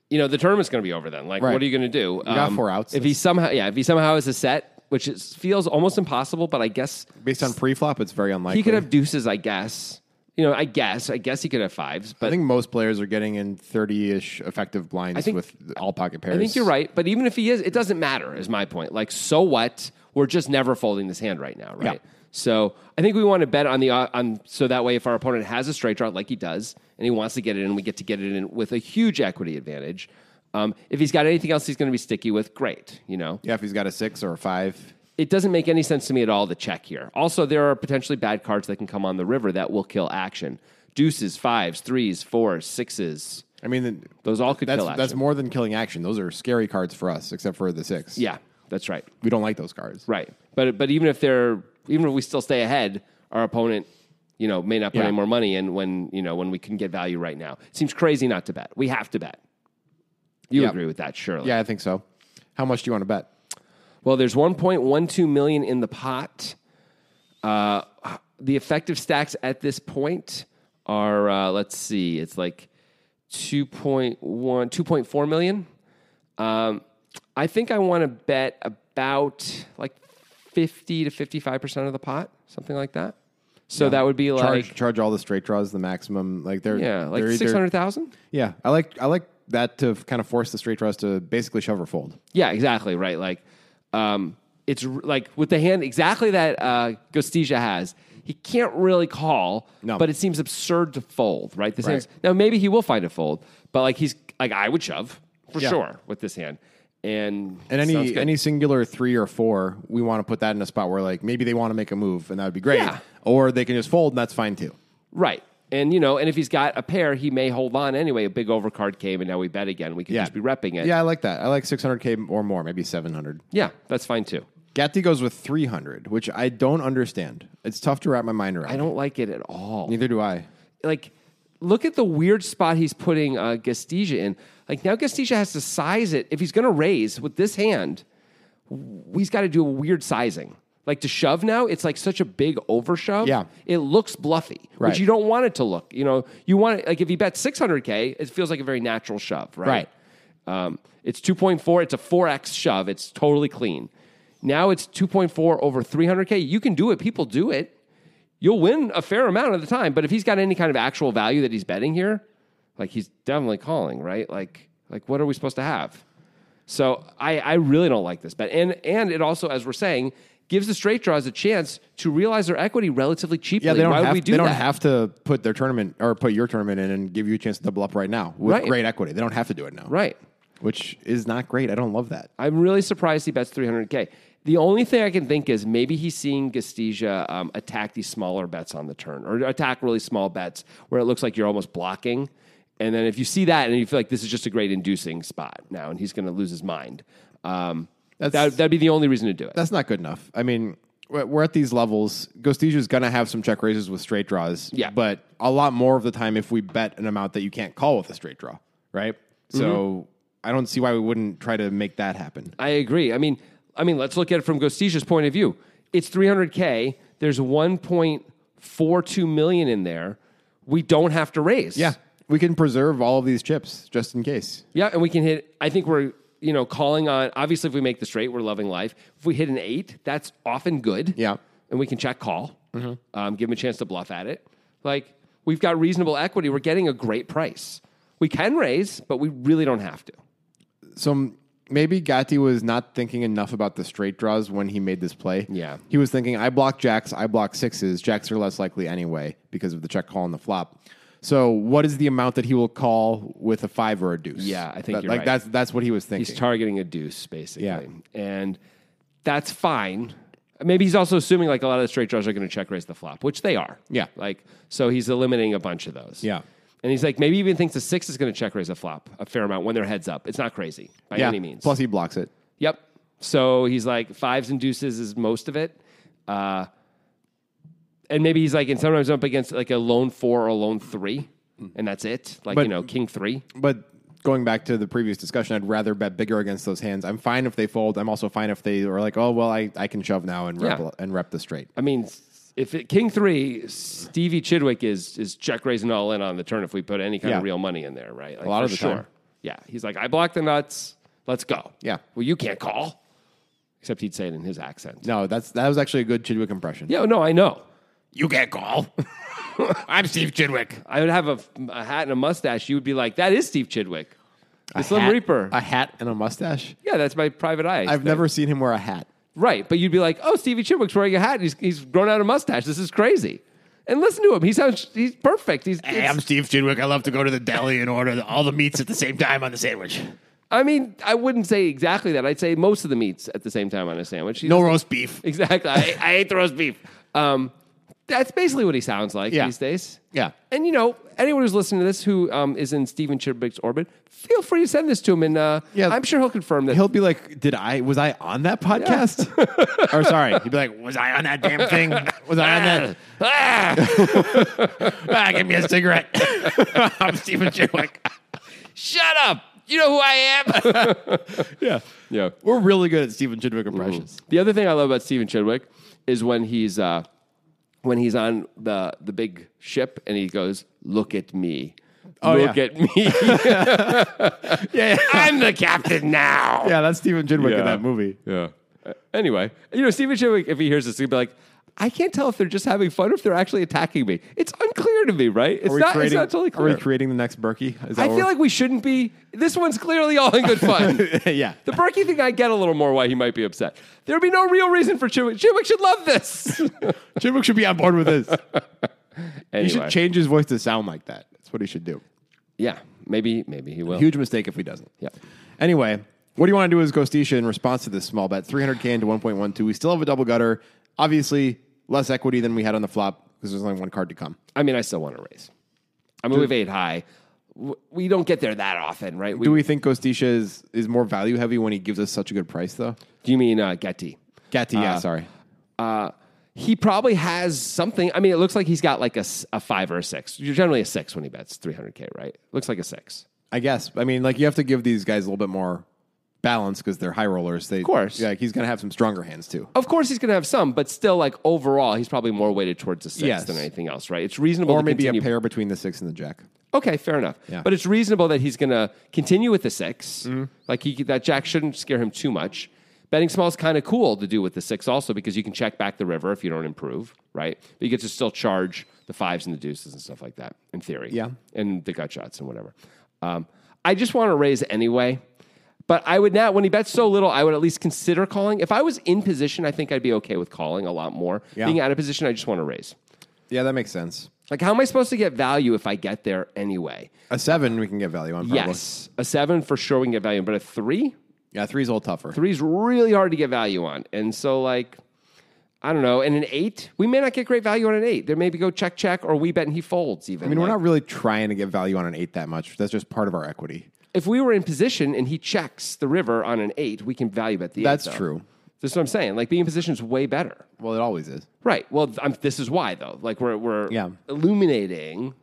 S1: You know the tournament's going to be over then. Like
S2: Right.
S1: what are you going to do? You
S2: got four outs.
S1: If he somehow, yeah, if he somehow has a set, which is, feels almost impossible, but I guess
S2: Based on pre-flop, it's very unlikely.
S1: he could have deuces. I guess. You know, I guess. I guess he could have fives, but
S2: I think most players are getting in 30-ish effective blinds
S1: think-
S2: with all pocket pairs.
S1: I think you're right. But even if he is, it doesn't matter, is my point. Like, so what? We're just never folding this hand right now, right?
S2: Yeah.
S1: So I think we want to bet on the uh, on so that way if our opponent has a straight draw like he does and he wants to get it in, we get to get it in with a huge equity advantage. Um, if he's got anything else he's going to be sticky with, great. You know,
S2: Yeah, if he's got a six or a five.
S1: it doesn't make any sense to me at all to check here. Also, there are potentially bad cards that can come on the river that will kill action: deuces, fives, threes, fours, sixes.
S2: I mean,
S1: Those all could
S2: that's
S1: kill action.
S2: that's more than killing action. Those are scary cards for us, except for the six.
S1: yeah, that's right.
S2: we don't like those cards.
S1: Right. But but even if they're even if we still stay ahead, our opponent, you know, may not put
S2: Yeah.
S1: any more money in when you know when we can get value right now. It seems crazy not to bet. We have to bet. You
S2: Yeah.
S1: agree with that, surely.
S2: Yeah, I think so. How much do you want to bet?
S1: Well, there's 1.12 million in the pot. Uh, the effective stacks at this point are uh, let's see, it's like 2.1, 2.4 million. Um, I think I want to bet about like 50 to 55 percent of the pot, something like that. So that would be
S2: Charge
S1: like
S2: charge all the straight draws the maximum. Like they're
S1: yeah, like
S2: they're either-
S1: 600,000.
S2: Yeah, I like I like that to kind of force the straight draws to basically shove or fold.
S1: Yeah, exactly. Right. Like, um, it's r- like with the hand exactly that uh, Gostisha has. He can't really call,
S2: No.
S1: but it seems absurd to fold. Right. This
S2: Right.
S1: hand's now maybe he will find a fold, but like he's like I would shove for
S2: Yeah.
S1: sure with this hand. And
S2: And
S1: sounds
S2: any
S1: good.
S2: any singular three or four, we want to put that in a spot where like maybe they want to make a move and that would be great,
S1: Yeah.
S2: or they can just fold and that's fine too.
S1: right. And you know, and if he's got a pair, he may hold on anyway. A big overcard came, and now we bet again. We could just be repping it.
S2: Yeah, I like that. I like 600k or more, maybe 700.
S1: yeah, that's fine too.
S2: Gatti goes with 300, which I don't understand. It's tough to wrap my mind around.
S1: I don't like it at all.
S2: Neither do I.
S1: like look at the weird spot he's putting uh, Gastija in. Like now Gastija has to size it if he's going to raise with this hand. w- He's got to do a weird sizing. Like to shove now, it's like such a big overshove.
S2: Yeah.
S1: it looks bluffy,
S2: Right.
S1: which you don't want it to look. You know, you want it like if you bet 600k, it feels like a very natural shove, right? Right. Um, it's 2.4. It's a 4x shove. It's totally clean. Now it's 2.4 over 300k. You can do it. People do it you'll win a fair amount of the time. But if he's got any kind of actual value that he's betting here, like he's definitely calling, right? Like, like what are we supposed to have? So I, I really don't like this bet. And and it also, as we're saying, gives the straight draws a chance to realize their equity relatively cheaply.
S2: Yeah, they don't,
S1: Why
S2: have,
S1: would we do
S2: they don't
S1: that?
S2: have to put their tournament or put your tournament in and give you a chance to double up right now with
S1: Right.
S2: great equity. They don't have to do it now.
S1: Right.
S2: Which is not great. I don't love that.
S1: I'm really surprised he bets 300k. The only thing I can think is maybe he's seeing Gastija um, attack these smaller bets on the turn or attack really small bets where it looks like you're almost blocking. And then if you see that and you feel like this is just a great inducing spot now and he's going to lose his mind, um,
S2: That's
S1: That, that'd be the only reason to do it.
S2: that's not good enough. I mean, we're we're at these levels. Ghostesia going to have some check raises with straight draws.
S1: Yeah.
S2: But a lot more of the time, if we bet an amount that you can't call with a straight draw, right? So I don't see why we wouldn't try to make that happen.
S1: I agree. I mean, I mean, let's look at it from Gosticia's point of view. It's 300k. There's 1.42 million in there. We don't have to raise.
S2: Yeah. We can preserve all of these chips just in case.
S1: yeah, and we can hit. I think we're you know calling on. Obviously, if we make the straight, we're loving life. If we hit an eight, that's often good.
S2: Yeah.
S1: and we can check call. Um, give him a chance to bluff at it. Like we've got reasonable equity. We're getting a great price. We can raise, but we really don't have to.
S2: So m- maybe Gatti was not thinking enough about the straight draws when he made this play.
S1: Yeah.
S2: He was thinking, I block jacks, I block sixes. Jacks are less likely anyway because of the check call and the flop. So what is the amount that he will call with a five or a deuce?
S1: Yeah, I think
S2: That-
S1: you're
S2: like
S1: right.
S2: that's that's what he was thinking.
S1: He's targeting a deuce, basically.
S2: Yeah.
S1: And that's fine. Maybe he's also assuming like a lot of the straight draws are going to check raise the flop, which they are.
S2: Yeah.
S1: Like, so he's eliminating a bunch of those.
S2: Yeah.
S1: And he's like, maybe even thinks a six is going to check raise a flop a fair amount when their heads up. It's not crazy by
S2: yeah.
S1: any means.
S2: Plus he blocks it.
S1: Yep. So he's like fives and deuces is most of it. Uh, and maybe he's like, and sometimes I'm up against like a lone four or a lone three, and that's it. Like,
S2: But-
S1: you know, king three.
S2: But going back to the previous discussion, I'd rather bet bigger against those hands. I'm fine if they fold. I'm also fine if they are like, oh well, I, I can shove now and rep
S1: Yeah.
S2: and rep the straight.
S1: I mean, if it, King three, Stevie Chidwick is is check raising all in on the turn if we put any kind
S2: Yeah.
S1: of real money in there, right? Like,
S2: lot
S1: for
S2: of the time.
S1: Yeah, he's like, I block the nuts. Let's go.
S2: Yeah.
S1: Well, you can't call, except he'd say it in his accent.
S2: No, that's that was actually a good Chidwick impression.
S1: Yeah. No, I know.
S2: You can't call. I'm Steve Chidwick.
S1: I would have a, a hat and a mustache. You would be like, that is Steve Chidwick, the Slim
S2: hat-
S1: Reaper.
S2: A hat and a mustache.
S1: yeah, that's my private eye.
S2: I've never seen him wear a hat.
S1: Right. But you'd be like, oh, Stevie Chidwick's wearing a hat. He's, he's grown out a mustache. This is crazy. And listen to him. He sounds, he's perfect. He's,
S3: Hey, I'm Steve Chidwick. I love to go to the deli and order the- all the meats at the same time on the sandwich.
S1: I mean, I wouldn't say exactly that. I'd say most of the meats at the same time on a sandwich. He's-
S3: No roast beef.
S1: exactly. I, I hate the roast beef. Um, that's basically what he sounds like
S2: Yeah.
S1: these days.
S2: Yeah.
S1: And you know, anyone who's listening to this who um, is in Stephen Chidwick's orbit, feel free to send this to him, and uh,
S2: Yeah.
S1: I'm sure he'll confirm that.
S2: He'll be like, "Did I was I on that podcast?" or sorry, he'd be like,
S3: Was I on that damn thing?
S2: "Was I on that?"
S1: ah,
S3: ah, give me a cigarette. I'm Steven Chidwick.
S1: shut up! You know who I am.
S2: Yeah,
S1: yeah. Mm-hmm.
S2: we're really good at Stephen Chidwick impressions.
S1: The other thing I love about Stephen Chidwick is when he's uh, when he's on the the big ship and he goes, "Look at me." Look
S2: Oh, yeah.
S1: at me.
S2: Yeah, yeah,
S1: I'm the captain now.
S2: yeah, that's Stephen Chidwick
S1: Yeah.
S2: in that movie.
S1: Yeah. Uh, anyway, you know, Stephen Chidwick, if he hears this, he'll be like, I can't tell if they're just having fun or if they're actually attacking me. It's unclear to me, right? It's,
S2: Are we
S1: not,
S2: creating?
S1: it's not totally
S2: are we
S1: clear.
S2: creating the next Berkey? Is that
S1: I
S2: what
S1: feel like we shouldn't be. This one's clearly all in good fun.
S2: we're- yeah.
S1: The Berkey thing, I get a little more why he might be upset. There'd be no real reason for Chidwick. Chidwick should love this.
S2: Chidwick should be on board with this.
S1: anyway,
S2: He should change his voice to sound like that. That's what he should do.
S1: Yeah, maybe, maybe he will.
S2: Huge mistake if he doesn't.
S1: Yeah.
S2: Anyway, what do you want to do as Ghostisha in response to this small bet? 300K into 1.12. We still have a double gutter. Obviously, less equity than we had on the flop because there's only one card to come.
S1: I mean, I still want to raise. I mean, we've ate high. W- We don't get there that often, right? We,
S2: Do we think Ghostisha is, is more value heavy when he gives us such a good price, though?
S1: do you mean uh, Getty?
S2: Gatti, yeah, sorry.
S1: Uh, he probably has something. I mean, it looks like he's got like a, s- a five or a six. You're generally a six when he bets 300K, right? Looks like a six.
S2: I guess. I mean, like, you have to give these guys a little bit more balance because they're high rollers. They, of
S1: course.
S2: Yeah, he's going to have some stronger hands, too.
S1: Of course, he's going to have some, but still, like overall, he's probably more weighted towards a six
S2: Yes.
S1: than anything else, right? It's reasonable
S2: Or
S1: to
S2: maybe
S1: continue.
S2: a pair between the six and the jack.
S1: Okay, fair enough.
S2: Yeah. Mm-hmm.
S1: But it's reasonable that he's going to continue with the 6 Like he, that jack shouldn't scare him too much. Betting small is kind of cool to do with the six also because you can check back the river if you don't improve, right? But you get to still charge the fives and the deuces and stuff like that in theory.
S2: Yeah.
S1: And the gut shots and whatever. Um, I just want to raise anyway. But I would not, when he bets so little, I would at least consider calling. If I was in position, I think I'd be okay with calling a lot more.
S2: Yeah.
S1: Being out of position, I just want to raise.
S2: Yeah, that makes sense.
S1: Like, how am I supposed to get value if I get there anyway?
S2: A seven we can get value on, probably.
S1: Yes, a seven for sure we can get value, but a three,
S2: Yeah, three's a little tougher.
S1: three's really hard to get value on, and so like. I don't know. And an eight, we may not get great value on an eight. There may be go check, check, or we bet and he folds even.
S2: I mean, we're not really trying to get value on an eight that much. That's just part of our equity.
S1: If we were in position and he checks the river on an eight, we can value bet the
S2: That's
S1: eight. though.
S2: true.
S1: That's what I'm saying. Like being in position is way better.
S2: Well, it always is.
S1: Right. Well, th- I'm, this is why though. Like we're we're
S2: Yeah.
S1: illuminating.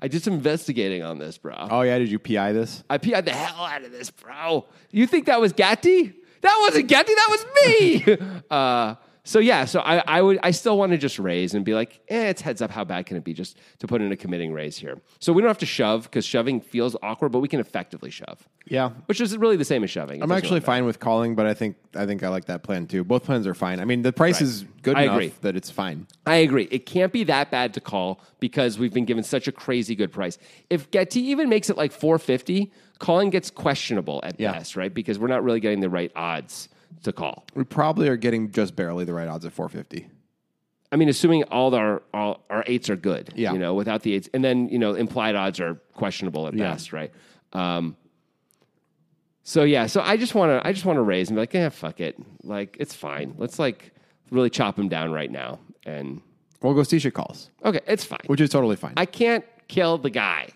S1: I did some investigating on this, bro.
S2: Oh yeah, did you pi this?
S1: I PI'd the hell out of this, bro. You think that was Gatti? That wasn't Gatti. That was me. uh, so yeah, so I, I would I still want to just raise and be like, eh, it's heads up. How bad can it be? Just to put in a committing raise here. So we don't have to shove because shoving feels awkward, but we can effectively shove.
S2: Yeah.
S1: which is really the same as shoving. It
S2: I'm
S1: doesn't
S2: actually
S1: really matter.
S2: fine with calling, but I think I think I like that plan too. Both plans are fine. I mean, the price is good
S1: I
S2: enough
S1: agree.
S2: that it's fine.
S1: I agree. It can't be that bad to call because we've been given such a crazy good price. If Getty even makes it like 450, calling gets questionable at
S2: Yeah.
S1: best, right? Because we're not really getting the right odds to call.
S2: We probably are getting just barely the right odds at 450.
S1: I mean, assuming all our all our eights are good,
S2: Yeah.
S1: You know, without the eights, and then you know, implied odds are questionable at best, right? Um, so yeah, so I just want to I just want to raise and be like, yeah, fuck it, like it's fine. Let's like really chop him down right now, and
S2: Well, Gostisha calls,
S1: okay, it's fine.
S2: which is totally fine.
S1: I can't kill the guy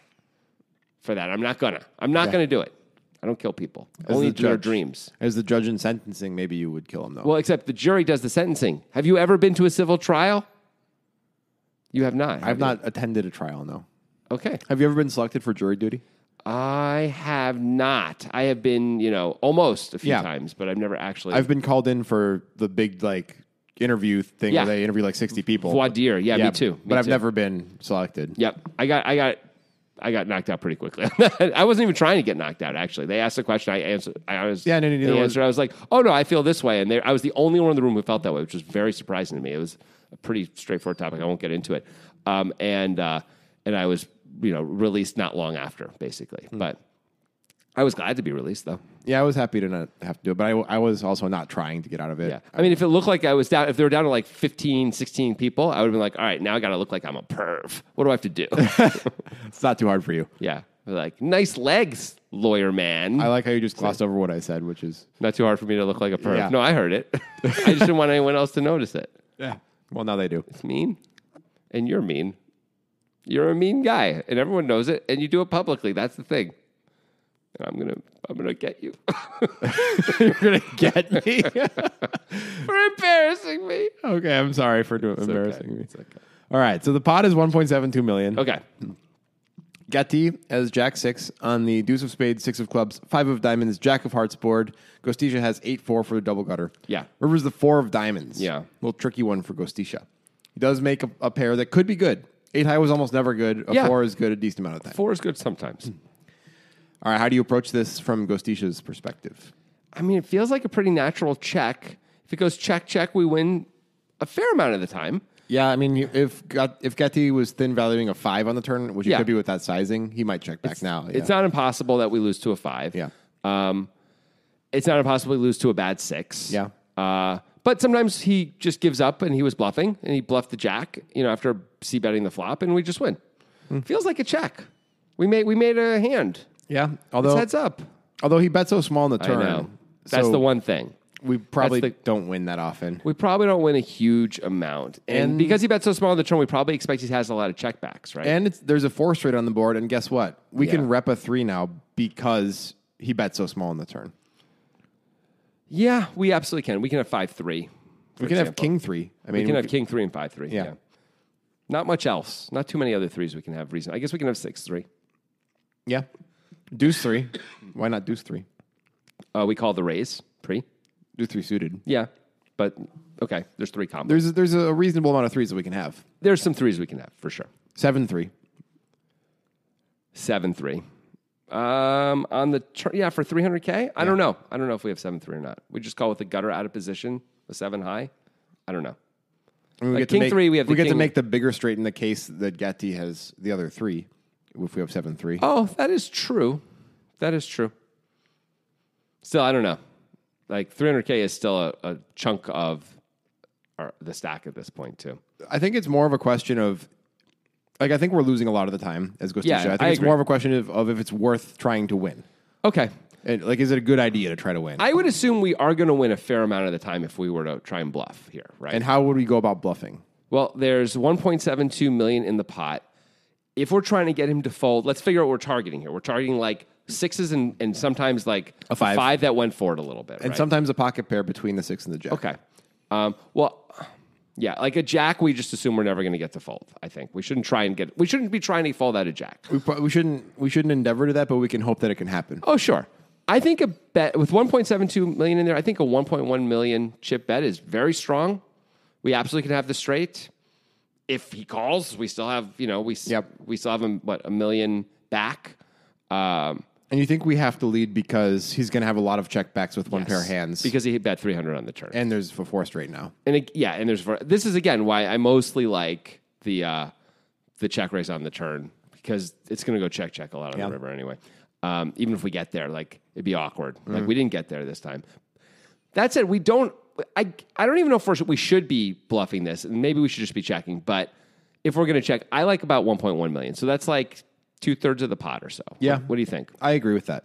S1: for that. I'm not gonna. I'm not gonna do it. I don't kill people. Only
S2: the
S1: their
S2: judge.
S1: dreams.
S2: As the judge in sentencing, maybe you would kill him though.
S1: Well, except the jury does the sentencing. Have you ever been to a civil trial? You have not.
S2: I've
S1: have you?
S2: not attended a trial. No.
S1: Okay.
S2: Have you ever been selected for jury duty?
S1: I have not. I have been, you know, almost a few
S2: Yeah.
S1: times, but I've never actually.
S2: I've been called in for the big like interview thing
S1: Yeah.
S2: where they interview like 60 people.
S1: Voir dire. Yeah, me too. Me
S2: but I've
S1: too.
S2: never been selected.
S1: Yep. I got. I got. I got knocked out pretty quickly. I wasn't even trying to get knocked out. Actually, they asked a question. I answered. I was.
S2: Yeah, no, no, neither
S1: they
S2: was-
S1: answered. I was like, "Oh no, I feel this way," and they, I was the only one in the room who felt that way, which was very surprising to me. It was a pretty straightforward topic. I won't get into it. Um, and uh, and I was, you know, released not long after, basically.
S2: Hmm.
S1: But I was glad to be released, though.
S2: Yeah, I was happy to not have to do it, but I, I was also not trying to get out of it.
S1: Yeah. I mean, if it looked like I was down, if they were down to like 15, 16 people, I would have been like, all right, now I got to look like I'm a perv. What do I have to do?
S2: It's not too hard for you.
S1: yeah. They're Like, nice legs, lawyer man.
S2: I like how you just glossed over what I said, which is
S1: Not too hard for me to look like a perv.
S2: Yeah.
S1: No, I heard it. I just didn't want anyone else to notice it.
S2: yeah. Well, now they do.
S1: It's mean. And you're mean. You're a mean guy, and everyone knows it, and you do it publicly. That's the thing. And I'm gonna, I'm gonna get you
S2: You're gonna get me.
S1: for embarrassing me.
S2: okay, I'm sorry for doing embarrassing me. All right, so the pot is 1.72 million.
S1: Okay,
S2: Gatti has Jack six on the Deuce of Spades, six of clubs, five of diamonds, Jack of Hearts board. Gostisha has eight four for the double gutter.
S1: Yeah.
S2: River's the four of diamonds.
S1: Yeah.
S2: little tricky one for Gostisha. He does make a, a pair that could be good. Eight high was almost never good. A
S1: Yeah.
S2: four is good a decent amount of time.
S1: four is good sometimes.
S2: All right, how do you approach this from Gostisha's perspective?
S1: I mean, it feels like a pretty natural check. If it goes check, check, we win a fair amount of the time.
S2: Yeah, I mean, if Gat- if Gatti was thin valuing a five on the turn, which he
S1: Yeah.
S2: could be with that sizing, he might check back now.
S1: It's
S2: yeah.
S1: not impossible that we lose to a five.
S2: Yeah.
S1: Um, it's not impossible we lose to a bad six.
S2: Yeah.
S1: Uh, but sometimes he just gives up and he was bluffing and he bluffed the jack, you know, after C betting the flop and we just win.
S2: Hmm.
S1: Feels like a check. We made we made a hand.
S2: Yeah,
S1: It's
S2: although
S1: heads up.
S2: although he bet so small on the
S1: I
S2: turn,
S1: know. That's
S2: so
S1: the one thing.
S2: we probably
S1: the-
S2: don't win that often.
S1: We probably don't win a huge amount. And,
S2: And-
S1: because he bet so small on the turn, we probably expect he has a lot of checkbacks, right?
S2: And it's, there's a four straight on the board, and guess what? We
S1: Yeah.
S2: can rep a three now because he bet so small on the turn.
S1: Yeah, we absolutely can. We can have five three.
S2: We can have king three. I mean,
S1: We can have
S2: could-
S1: king three and five three. Yeah.
S2: Yeah.
S1: Not much else. Not too many other threes we can have. Reason. I guess we can have six three.
S2: yeah, deuce three. Why not deuce three?
S1: Uh, we call the raise pre.
S2: Deuce three suited.
S1: Yeah, but okay. There's three combos. There's,
S2: There's a, there's a reasonable amount of threes that we can have.
S1: some threes we can have for sure.
S2: Seven three.
S1: Seven three. Um, on the tur yeah for 300 ki don't know. I don't know if we have seven three or not. We just call with the gutter out of position, a seven high. I don't know.
S2: I mean, we
S1: Like
S2: get
S1: king
S2: to make,
S1: three, we have the
S2: get to
S1: king-
S2: make the bigger straight in the case that Gatti has the other three. If we have seven three,
S1: Oh, that is true. That is true. Still, I don't know. Like 300k is still a, a chunk of our, the stack at this point too.
S2: I think it's more of a question of. Like I think we're losing a lot of the time as Gostisha.
S1: Yeah,
S2: I think
S1: I
S2: it's
S1: agree.
S2: more of a question of, of if it's worth trying to win.
S1: Okay,
S2: And like, is it a good idea to try to win?
S1: I would assume we are going to win a fair amount of the time if we were to try and bluff here, right?
S2: and how would we go about bluffing?
S1: well, there's 1.72 million in the pot. If we're trying to get him to fold, let's figure out what we're targeting here. We're targeting like sixes and, and sometimes like a
S2: five.
S1: that went forward a little bit.
S2: and
S1: right?
S2: sometimes a pocket pair between the six and the jack.
S1: Okay. Um, well, yeah, like a jack, we just assume we're never going to get to fold. I think we shouldn't try and get. We shouldn't be trying to fold out a jack.
S2: We, pro- we shouldn't we shouldn't endeavor to that, but we can hope that it can happen.
S1: Oh, sure. I think a bet with 1.72 million in there. I think a 1.1 million chip bet is very strong. We absolutely can have the straight. If he calls, we still have you know we s-
S2: Yep.
S1: we still have him what a million back. Um,
S2: And you think we have to lead because he's going to have a lot of checkbacks with one
S1: yes.
S2: pair of hands.
S1: because he bet 300 on the turn.
S2: and there's a four straight now.
S1: and it, yeah, and there's this is again why I mostly like the uh, the check raise on the turn because it's going to go check check a lot on the river anyway. Um, even if we get there, like it'd be awkward.
S2: Mm.
S1: Like we didn't get there this time. That said, we don't. I I don't even know if we're- we should be bluffing this, and maybe we should just be checking. But if we're going to check, I like about 1.1 million, so that's like two thirds of the pot or so.
S2: Yeah.
S1: What, do you think?
S2: I agree with that.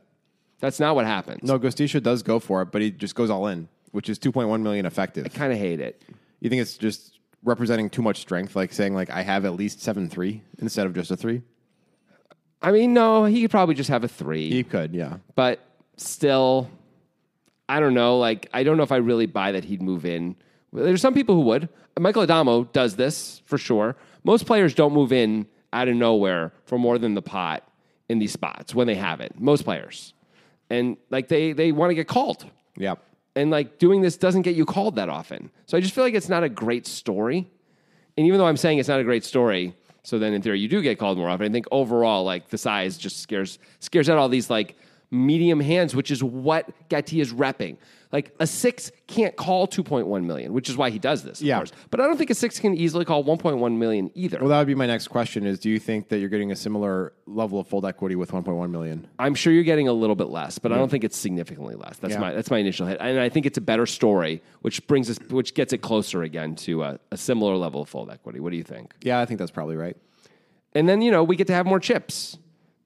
S1: That's not what happens.
S2: No, Gostisha does go for it, but he just goes all in, which is 2.1 million effective.
S1: kind of hate it.
S2: You think it's just representing too much strength, like saying like I have at least seven three instead of just a three?
S1: I mean, no, he could probably just have a three.
S2: He could, yeah.
S1: but still, I don't know. Like, I don't know if I really buy that he'd move in. There's some people who would. Michael Adamo does this for sure. Most players don't move in out of nowhere for more than the pot in these spots when they have it. Most players, and like they they want to get called,
S2: Yeah.
S1: and like doing this doesn't get you called that often. So I just feel like it's not a great story. And even though I'm saying it's not a great story, so then in theory you do get called more often. I think overall, like the size just scares scares out all these like medium hands, which is what Gatti is repping. Like a six can't call 2.1 million, which is why he does this, of
S2: Yeah.
S1: course. But I don't think a six can easily call 1.1 million either.
S2: Well, that would be my next question: Is do you think that you're getting a similar level of fold equity with 1.1 million?
S1: I'm sure you're getting a little bit less, but I don't think it's significantly less. That's
S2: Yeah.
S1: my that's my initial hit, and I think it's a better story, which brings us, which gets it closer again to a, a similar level of fold equity. What do you think?
S2: Yeah, I think that's probably right.
S1: And then you know we get to have more chips.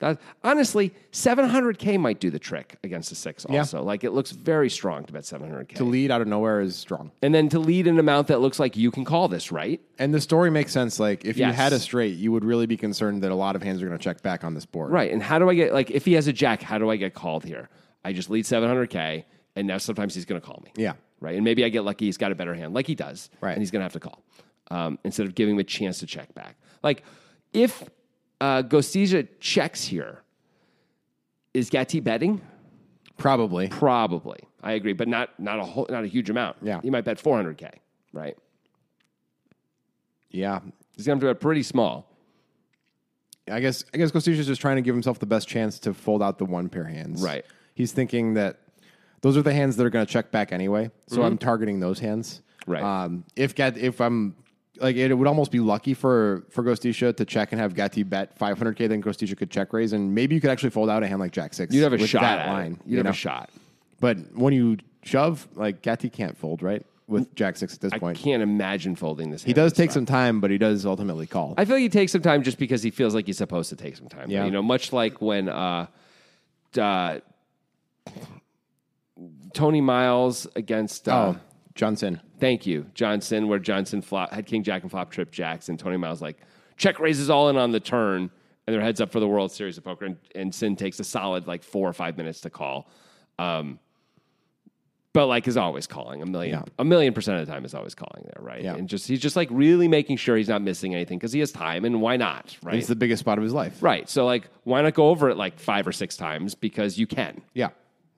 S1: That honestly, 700k might do the trick against a six.
S2: Yeah.
S1: Also, like it looks very strong to bet 700k,
S2: The lead out of nowhere is strong,
S1: and then to lead an amount that looks like you can call this right.
S2: and the story makes sense. Like if you
S1: Yes.
S2: had a straight, you would really be concerned that a lot of hands are going to check back on this board.
S1: Right. And how do I get like if he has a jack, how do I get called here? I just lead 700k and now sometimes he's going to call me.
S2: Yeah.
S1: Right. And maybe I get lucky he's got a better hand like he does.
S2: Right.
S1: And he's going to have to call. Um, instead of giving him a chance to check back. Like if uh Gostija checks here is Gatti betting?
S2: Probably.
S1: Probably. I agree, but not not a whole, not a huge amount.
S2: Yeah.
S1: He might bet 400k, right?
S2: Yeah.
S1: He's going to have to bet pretty small.
S2: I guess I guess Costilla's just trying to give himself the best chance to fold out the one pair hands.
S1: Right.
S2: He's thinking that those are the hands that are going to check back anyway. So I'm targeting those hands.
S1: Mm-hmm. Right.
S2: Um, if Gat, if I'm like it would almost be lucky for for Gostisha to check and have Gatti bet 500k, then Gostisha could check raise, and maybe you could actually fold out a hand like Jack Six.
S1: You'd have a
S2: with
S1: shot
S2: that
S1: at it.
S2: line.
S1: You'd
S2: you
S1: have
S2: know?
S1: a shot.
S2: But when you shove, like Gatti can't fold right with Jack Six at this
S1: I
S2: point.
S1: can't imagine folding this.
S2: He does take some time, but he does ultimately call.
S1: I feel like he takes some time just because he feels like he's supposed to take some time.
S2: Yeah.
S1: You know, much like when uh, uh, Tony Miles against uh,
S2: oh, Johnson.
S1: thank you Johnson, where Johnson flop, had King Jack and flop trip jacks, and Tony Miles like check raises all in on the turn, and their heads up for the World Series of Poker, and, and Sin takes a solid like four or five minutes to call. Um, but like is always calling a million
S2: Yeah.
S1: a million percent of the time is always calling there right
S2: Yeah.
S1: and just he's just like really making sure he's not missing anything because he has time and why not right
S2: It's the biggest spot of his life.
S1: Right. So like why not go over it like 5 or 6 times because you can.
S2: Yeah.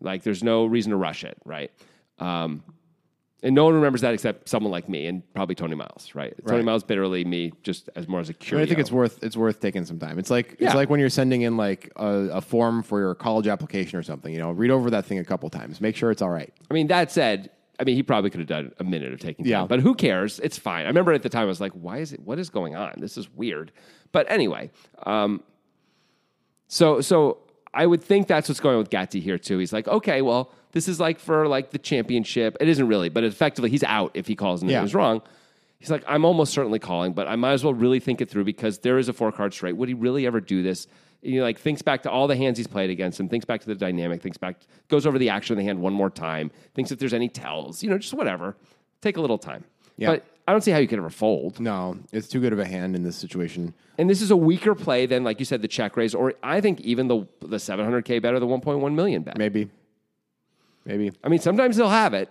S1: Like there's no reason to rush it, right? Um and no one remembers that except someone like me and probably Tony Miles, right? Tony
S2: Right.
S1: Miles bitterly me just as more as a
S2: But
S1: curio.
S2: I think it's worth it's worth taking some time. It's like
S1: Yeah.
S2: it's like when you're sending in like a, a form for your college application or something. You know, read over that thing a couple times, make sure it's all right.
S1: I mean that said, I mean he probably could have done a minute of taking time,
S2: Yeah.
S1: but who cares? It's fine. I remember at the time I was like, why is it what is going on? This is weird. But anyway, um So so I would think that's what's going on with Gatti here too. He's like, okay, well, this is like for like the championship. It isn't really, but effectively he's out if he calls and it
S2: Yeah.
S1: was wrong. He's like, I'm almost certainly calling, but I might as well really think it through because there is a four card straight. Would he really ever do this? And he like thinks back to all the hands he's played against him, thinks back to the dynamic, thinks back, goes over the action of the hand one more time, thinks if there's any tells, you know, just whatever. Take a little time.
S2: Yeah.
S1: But I I don't see how you could ever fold.
S4: No, it's too good of a hand in this situation.
S1: And this is a weaker play than, like you said, the check raise, or I think even the the 700k bet or the 1.1 million bet.
S4: Maybe. Maybe.
S1: I mean, sometimes they'll have it,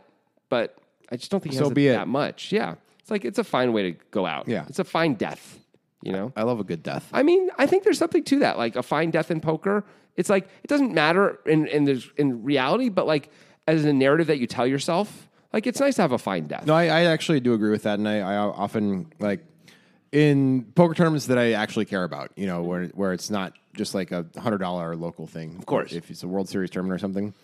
S1: but I just don't think he has
S4: So be it.
S1: that much. Yeah, it's like it's a fine way to go out.
S4: Yeah.
S1: it's a fine death. You know,
S4: I love a good death.
S1: I mean, I think there's something to that, like a fine death in poker. It's like it doesn't matter in in, the, in reality, but like as a narrative that you tell yourself, like it's nice to have a fine death.
S4: No, I, I actually do agree with that, and I, I often like in poker tournaments that I actually care about. You know, where where it's not just like a hundred dollar local thing. Of
S1: course.
S4: if it's a World Series tournament or something,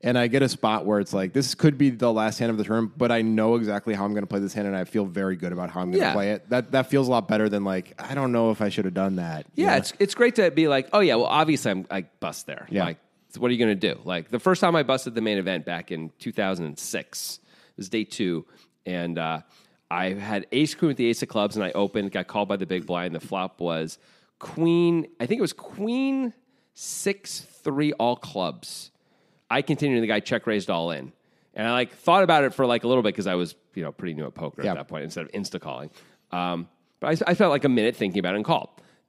S4: and I get a spot where it's like this could be the last hand of the tournament, but I know exactly how I'm going to play this hand, and I feel very good about how I'm going to
S1: Yeah.
S4: play it. That that feels a lot better than like I don't know if I should have done that. you
S1: Yeah,
S4: know?
S1: it's it's great to be like, oh yeah, well obviously I'm I bust there.
S4: Yeah.
S1: Like, so what are you gonna do? Like the first time I busted the main event back in 2006, it was day two, and uh, I had ace queen with the ace of clubs, and I opened, got called by the big blind. The flop was queen. I think it was queen six three all clubs. I continued, and the guy check raised all in. And I like thought about it for like a little bit because I was, you know, pretty new at poker
S4: Yeah.
S1: at that point instead of insta calling. Um, but I, I felt like a minute thinking about it and called.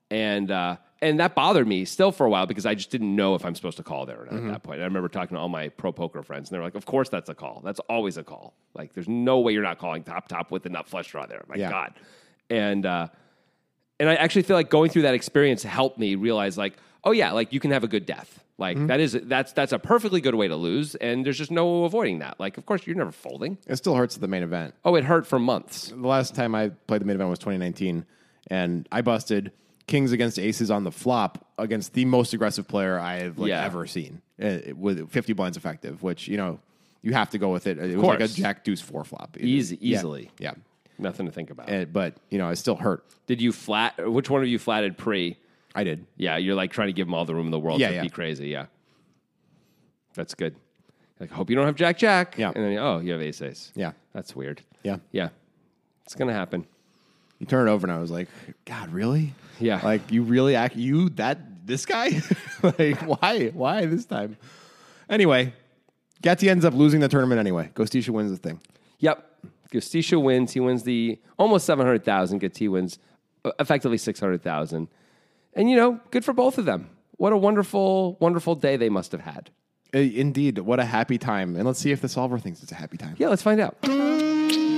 S1: And uh, and that bothered me still for a while because I just didn't know if I'm supposed to call there or not
S4: Mm-hmm.
S1: at that point. And I remember talking to all my pro poker friends and they were like, Of course that's a call. That's always a call. Like there's no way you're not calling top top with the nut flush draw there. My
S4: Yeah.
S1: God. And uh and I actually feel like going through that experience helped me realize like, oh yeah, like you can have a good death. Like
S4: Mm-hmm.
S1: that is that's that's a perfectly good way to lose, and there's just no avoiding that. Like, of course, you're never folding.
S4: it still hurts at the main event.
S1: Oh, it hurt for months.
S4: the last time I played the mid event was 2019, and I busted kings against aces on the flop against the most aggressive player I have like,
S1: Yeah.
S4: ever seen uh, it- with 50 blinds effective, which you know you have to go with it. It was like a
S1: course.
S4: jack deuce four flop, It-
S1: Easy-
S4: yeah,
S1: easily.
S4: yeah.
S1: Nothing to think about.
S4: And- but you know, it still hurt.
S1: Did you flat? Which one of you flatted pre?
S4: I did.
S1: Yeah, you're like trying to give them all the room in the world
S4: Yeah,
S1: to
S4: yeah.
S1: be crazy. Yeah, that's good. Like, hope you don't have Jack Jack.
S4: Yeah.
S1: and then oh, you have Ace Ace.
S4: Yeah.
S1: that's weird.
S4: Yeah.
S1: yeah, it's gonna happen.
S4: You turn it over, and I was like, God, really?
S1: Yeah.
S4: Like you really act you that this guy? like why why this time? Anyway, Gatti ends up losing the tournament anyway. Gostisha wins the thing.
S1: Yep. Gustisha wins. He wins the almost 700,000. Gatti wins uh, effectively 600,000. And, you know, good for both of them. What a wonderful, wonderful day they must have had.
S4: Uh, Indeed, what a happy time. And let's see if the solver thinks it's a happy time.
S1: Yeah, let's find out.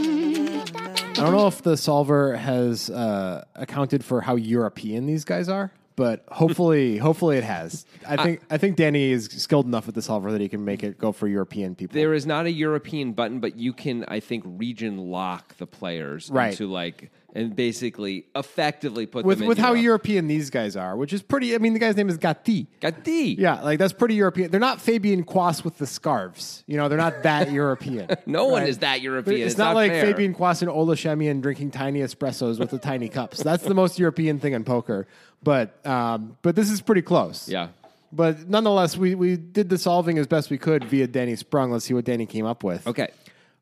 S2: I don't know if the solver has uh, accounted for how European these guys are, but hopefully, hopefully it has. I think I think Danny is skilled enough with the solver that he can make it go for European people.
S1: There is not a European button, but you can, I think, region lock the players
S2: Right.
S1: into like, and basically effectively put
S2: with
S1: them in
S2: with how
S1: Europe.
S2: European these guys are, which is pretty. I mean, the guy's name is Gatti.
S1: Gatti.
S2: Yeah, like that's pretty European. They're not Fabian Quas with the scarves. You know, they're not that European.
S1: No one
S2: right?
S1: is that
S2: But
S1: European.
S2: It's, not, like
S1: fair.
S2: Fabian Quas and Ola Shemian drinking tiny espressos with the tiny cups. That's the most European thing in poker. But um, but this is pretty close.
S1: Yeah.
S2: But nonetheless, we, we did the solving as best we could via Danny Sprung. Let's see what Danny came up with.
S1: Okay.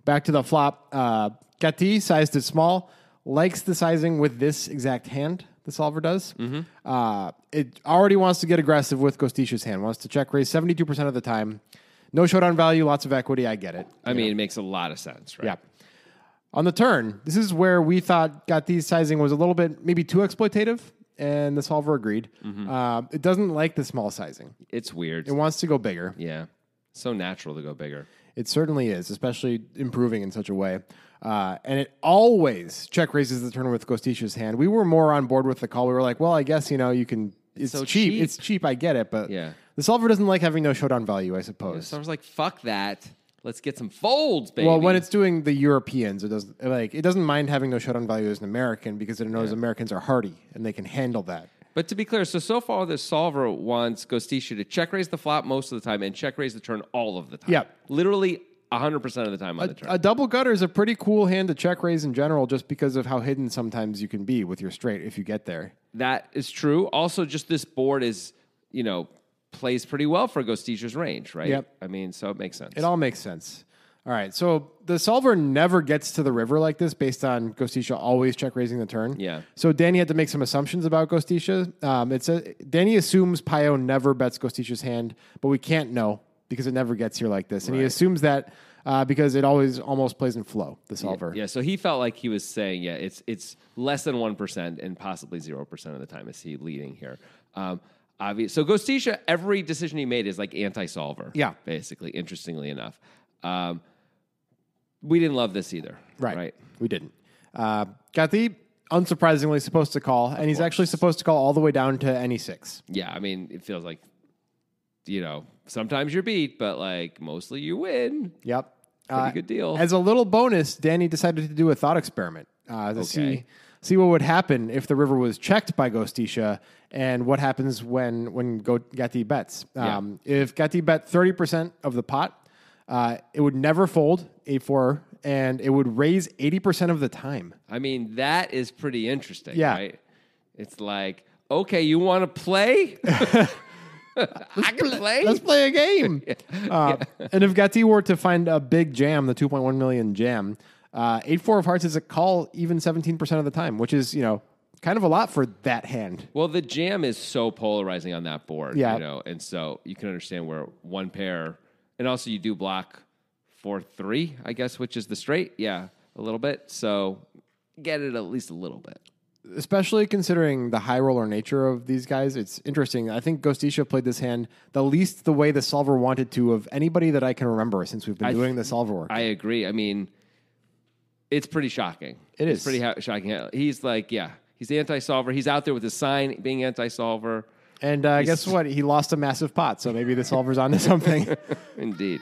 S2: Back to the flop. Uh, Gatti sized it small, likes the sizing with this exact hand, the solver does.
S1: Mm-hmm.
S2: Uh, it already wants to get aggressive with Gostisha's hand, wants to check raise 72% of the time. No showdown value, lots of equity. I get it.
S1: I mean, it makes a lot of sense, right?
S2: Yeah. On the turn, this is where we thought Gatti's sizing was a little bit maybe too exploitative, and the solver agreed.
S1: Mm-hmm.
S2: Uh, it doesn't like the small sizing.
S1: It's weird.
S2: It wants to go bigger.
S1: yeah. So natural to go bigger.
S2: It certainly is, especially improving in such a way. Uh, and it always check raises the turn with Gostisha's hand. We were more on board with the call. We were like, well, I guess, you know, you can. It's
S1: so
S2: cheap.
S1: cheap.
S2: It's cheap. I get it. But
S1: Yeah.
S2: the solver doesn't like having no showdown value, I suppose.
S1: So I was like, fuck that. Let's get some folds, baby.
S2: Well, when it's doing the Europeans, it doesn't like it doesn't mind having no showdown value as an American because it knows Americans are hardy and they can handle that.
S1: But to be clear, so so far the solver wants Gostisha to check raise the flop most of the time and check raise the turn all of the time.
S2: Yeah.
S1: Literally 100% of the time on the turn.
S2: A double gutter is a pretty cool hand to check raise in general, just because of how hidden sometimes you can be with your straight if you get there.
S1: that is true. Also, just this board is, you know, plays pretty well for Gostisha's range, right?
S2: Yep.
S1: I mean, so it makes sense.
S2: It all makes sense. All right, so the solver never gets to the river like this based on Gostisha always check raising the turn.
S1: Yeah.
S2: So Danny had to make some assumptions about Gostisha. Um, it says Danny assumes Pio never bets Gostisha's hand, but we can't know because it never gets here like this. And he assumes that uh, because it always almost plays in flow. The solver.
S1: Yeah, so he felt like he was saying, yeah, it's it's less than one percent and possibly zero percent of the time is he leading here. Um, obvious. So Gostisha, every decision he made is like anti-solver.
S2: Yeah.
S1: basically. Interestingly enough, um, we didn't love this either.
S2: Right.
S1: Right.
S2: We didn't. Uh, got the unsurprisingly supposed to call, and he's actually supposed to call all the way down to any six.
S1: Yeah. I mean, it feels like, you know, sometimes you're beat, but like mostly you win.
S2: Yep. Uh,
S1: Pretty good deal.
S2: As a little bonus, Danny decided to do a thought experiment uh, to see
S1: Okay.
S2: see what would happen if the river was checked by Ghostisha, and what happens when when Go- Gatti bets. Um, If Gatti bet thirty percent of the pot, uh, it would never fold eight four, and it would raise eighty percent of the time.
S1: I mean, that is pretty interesting.
S2: Yeah.
S1: Right. It's like, okay, you want to play? I can play.
S2: Let's play a game. Uh, And if Gatti were to find a big jam, the 2.1 million jam, uh, 8 4 of hearts is a call even 17% of the time, which is, you know, kind of a lot for that hand.
S1: Well, the jam is so polarizing on that board,
S2: Yeah.
S1: you know, and so you can understand where one pair, and also you do block four three, I guess, which is the straight, yeah, a little bit. So get it at least a little bit.
S2: Especially considering the high roller nature of these guys, it's interesting. I think Ghostisha played this hand the least the way the solver wanted to of anybody that I can remember since we've been doing the solver work.
S1: I agree. I mean, it's pretty shocking.
S2: It
S1: It's
S2: is.
S1: pretty ha- shocking. He's like, yeah, he's anti-solver. He's out there with his sign being anti-solver.
S2: and uh, guess what? He lost a massive pot, so maybe the solver's onto something.
S1: Indeed.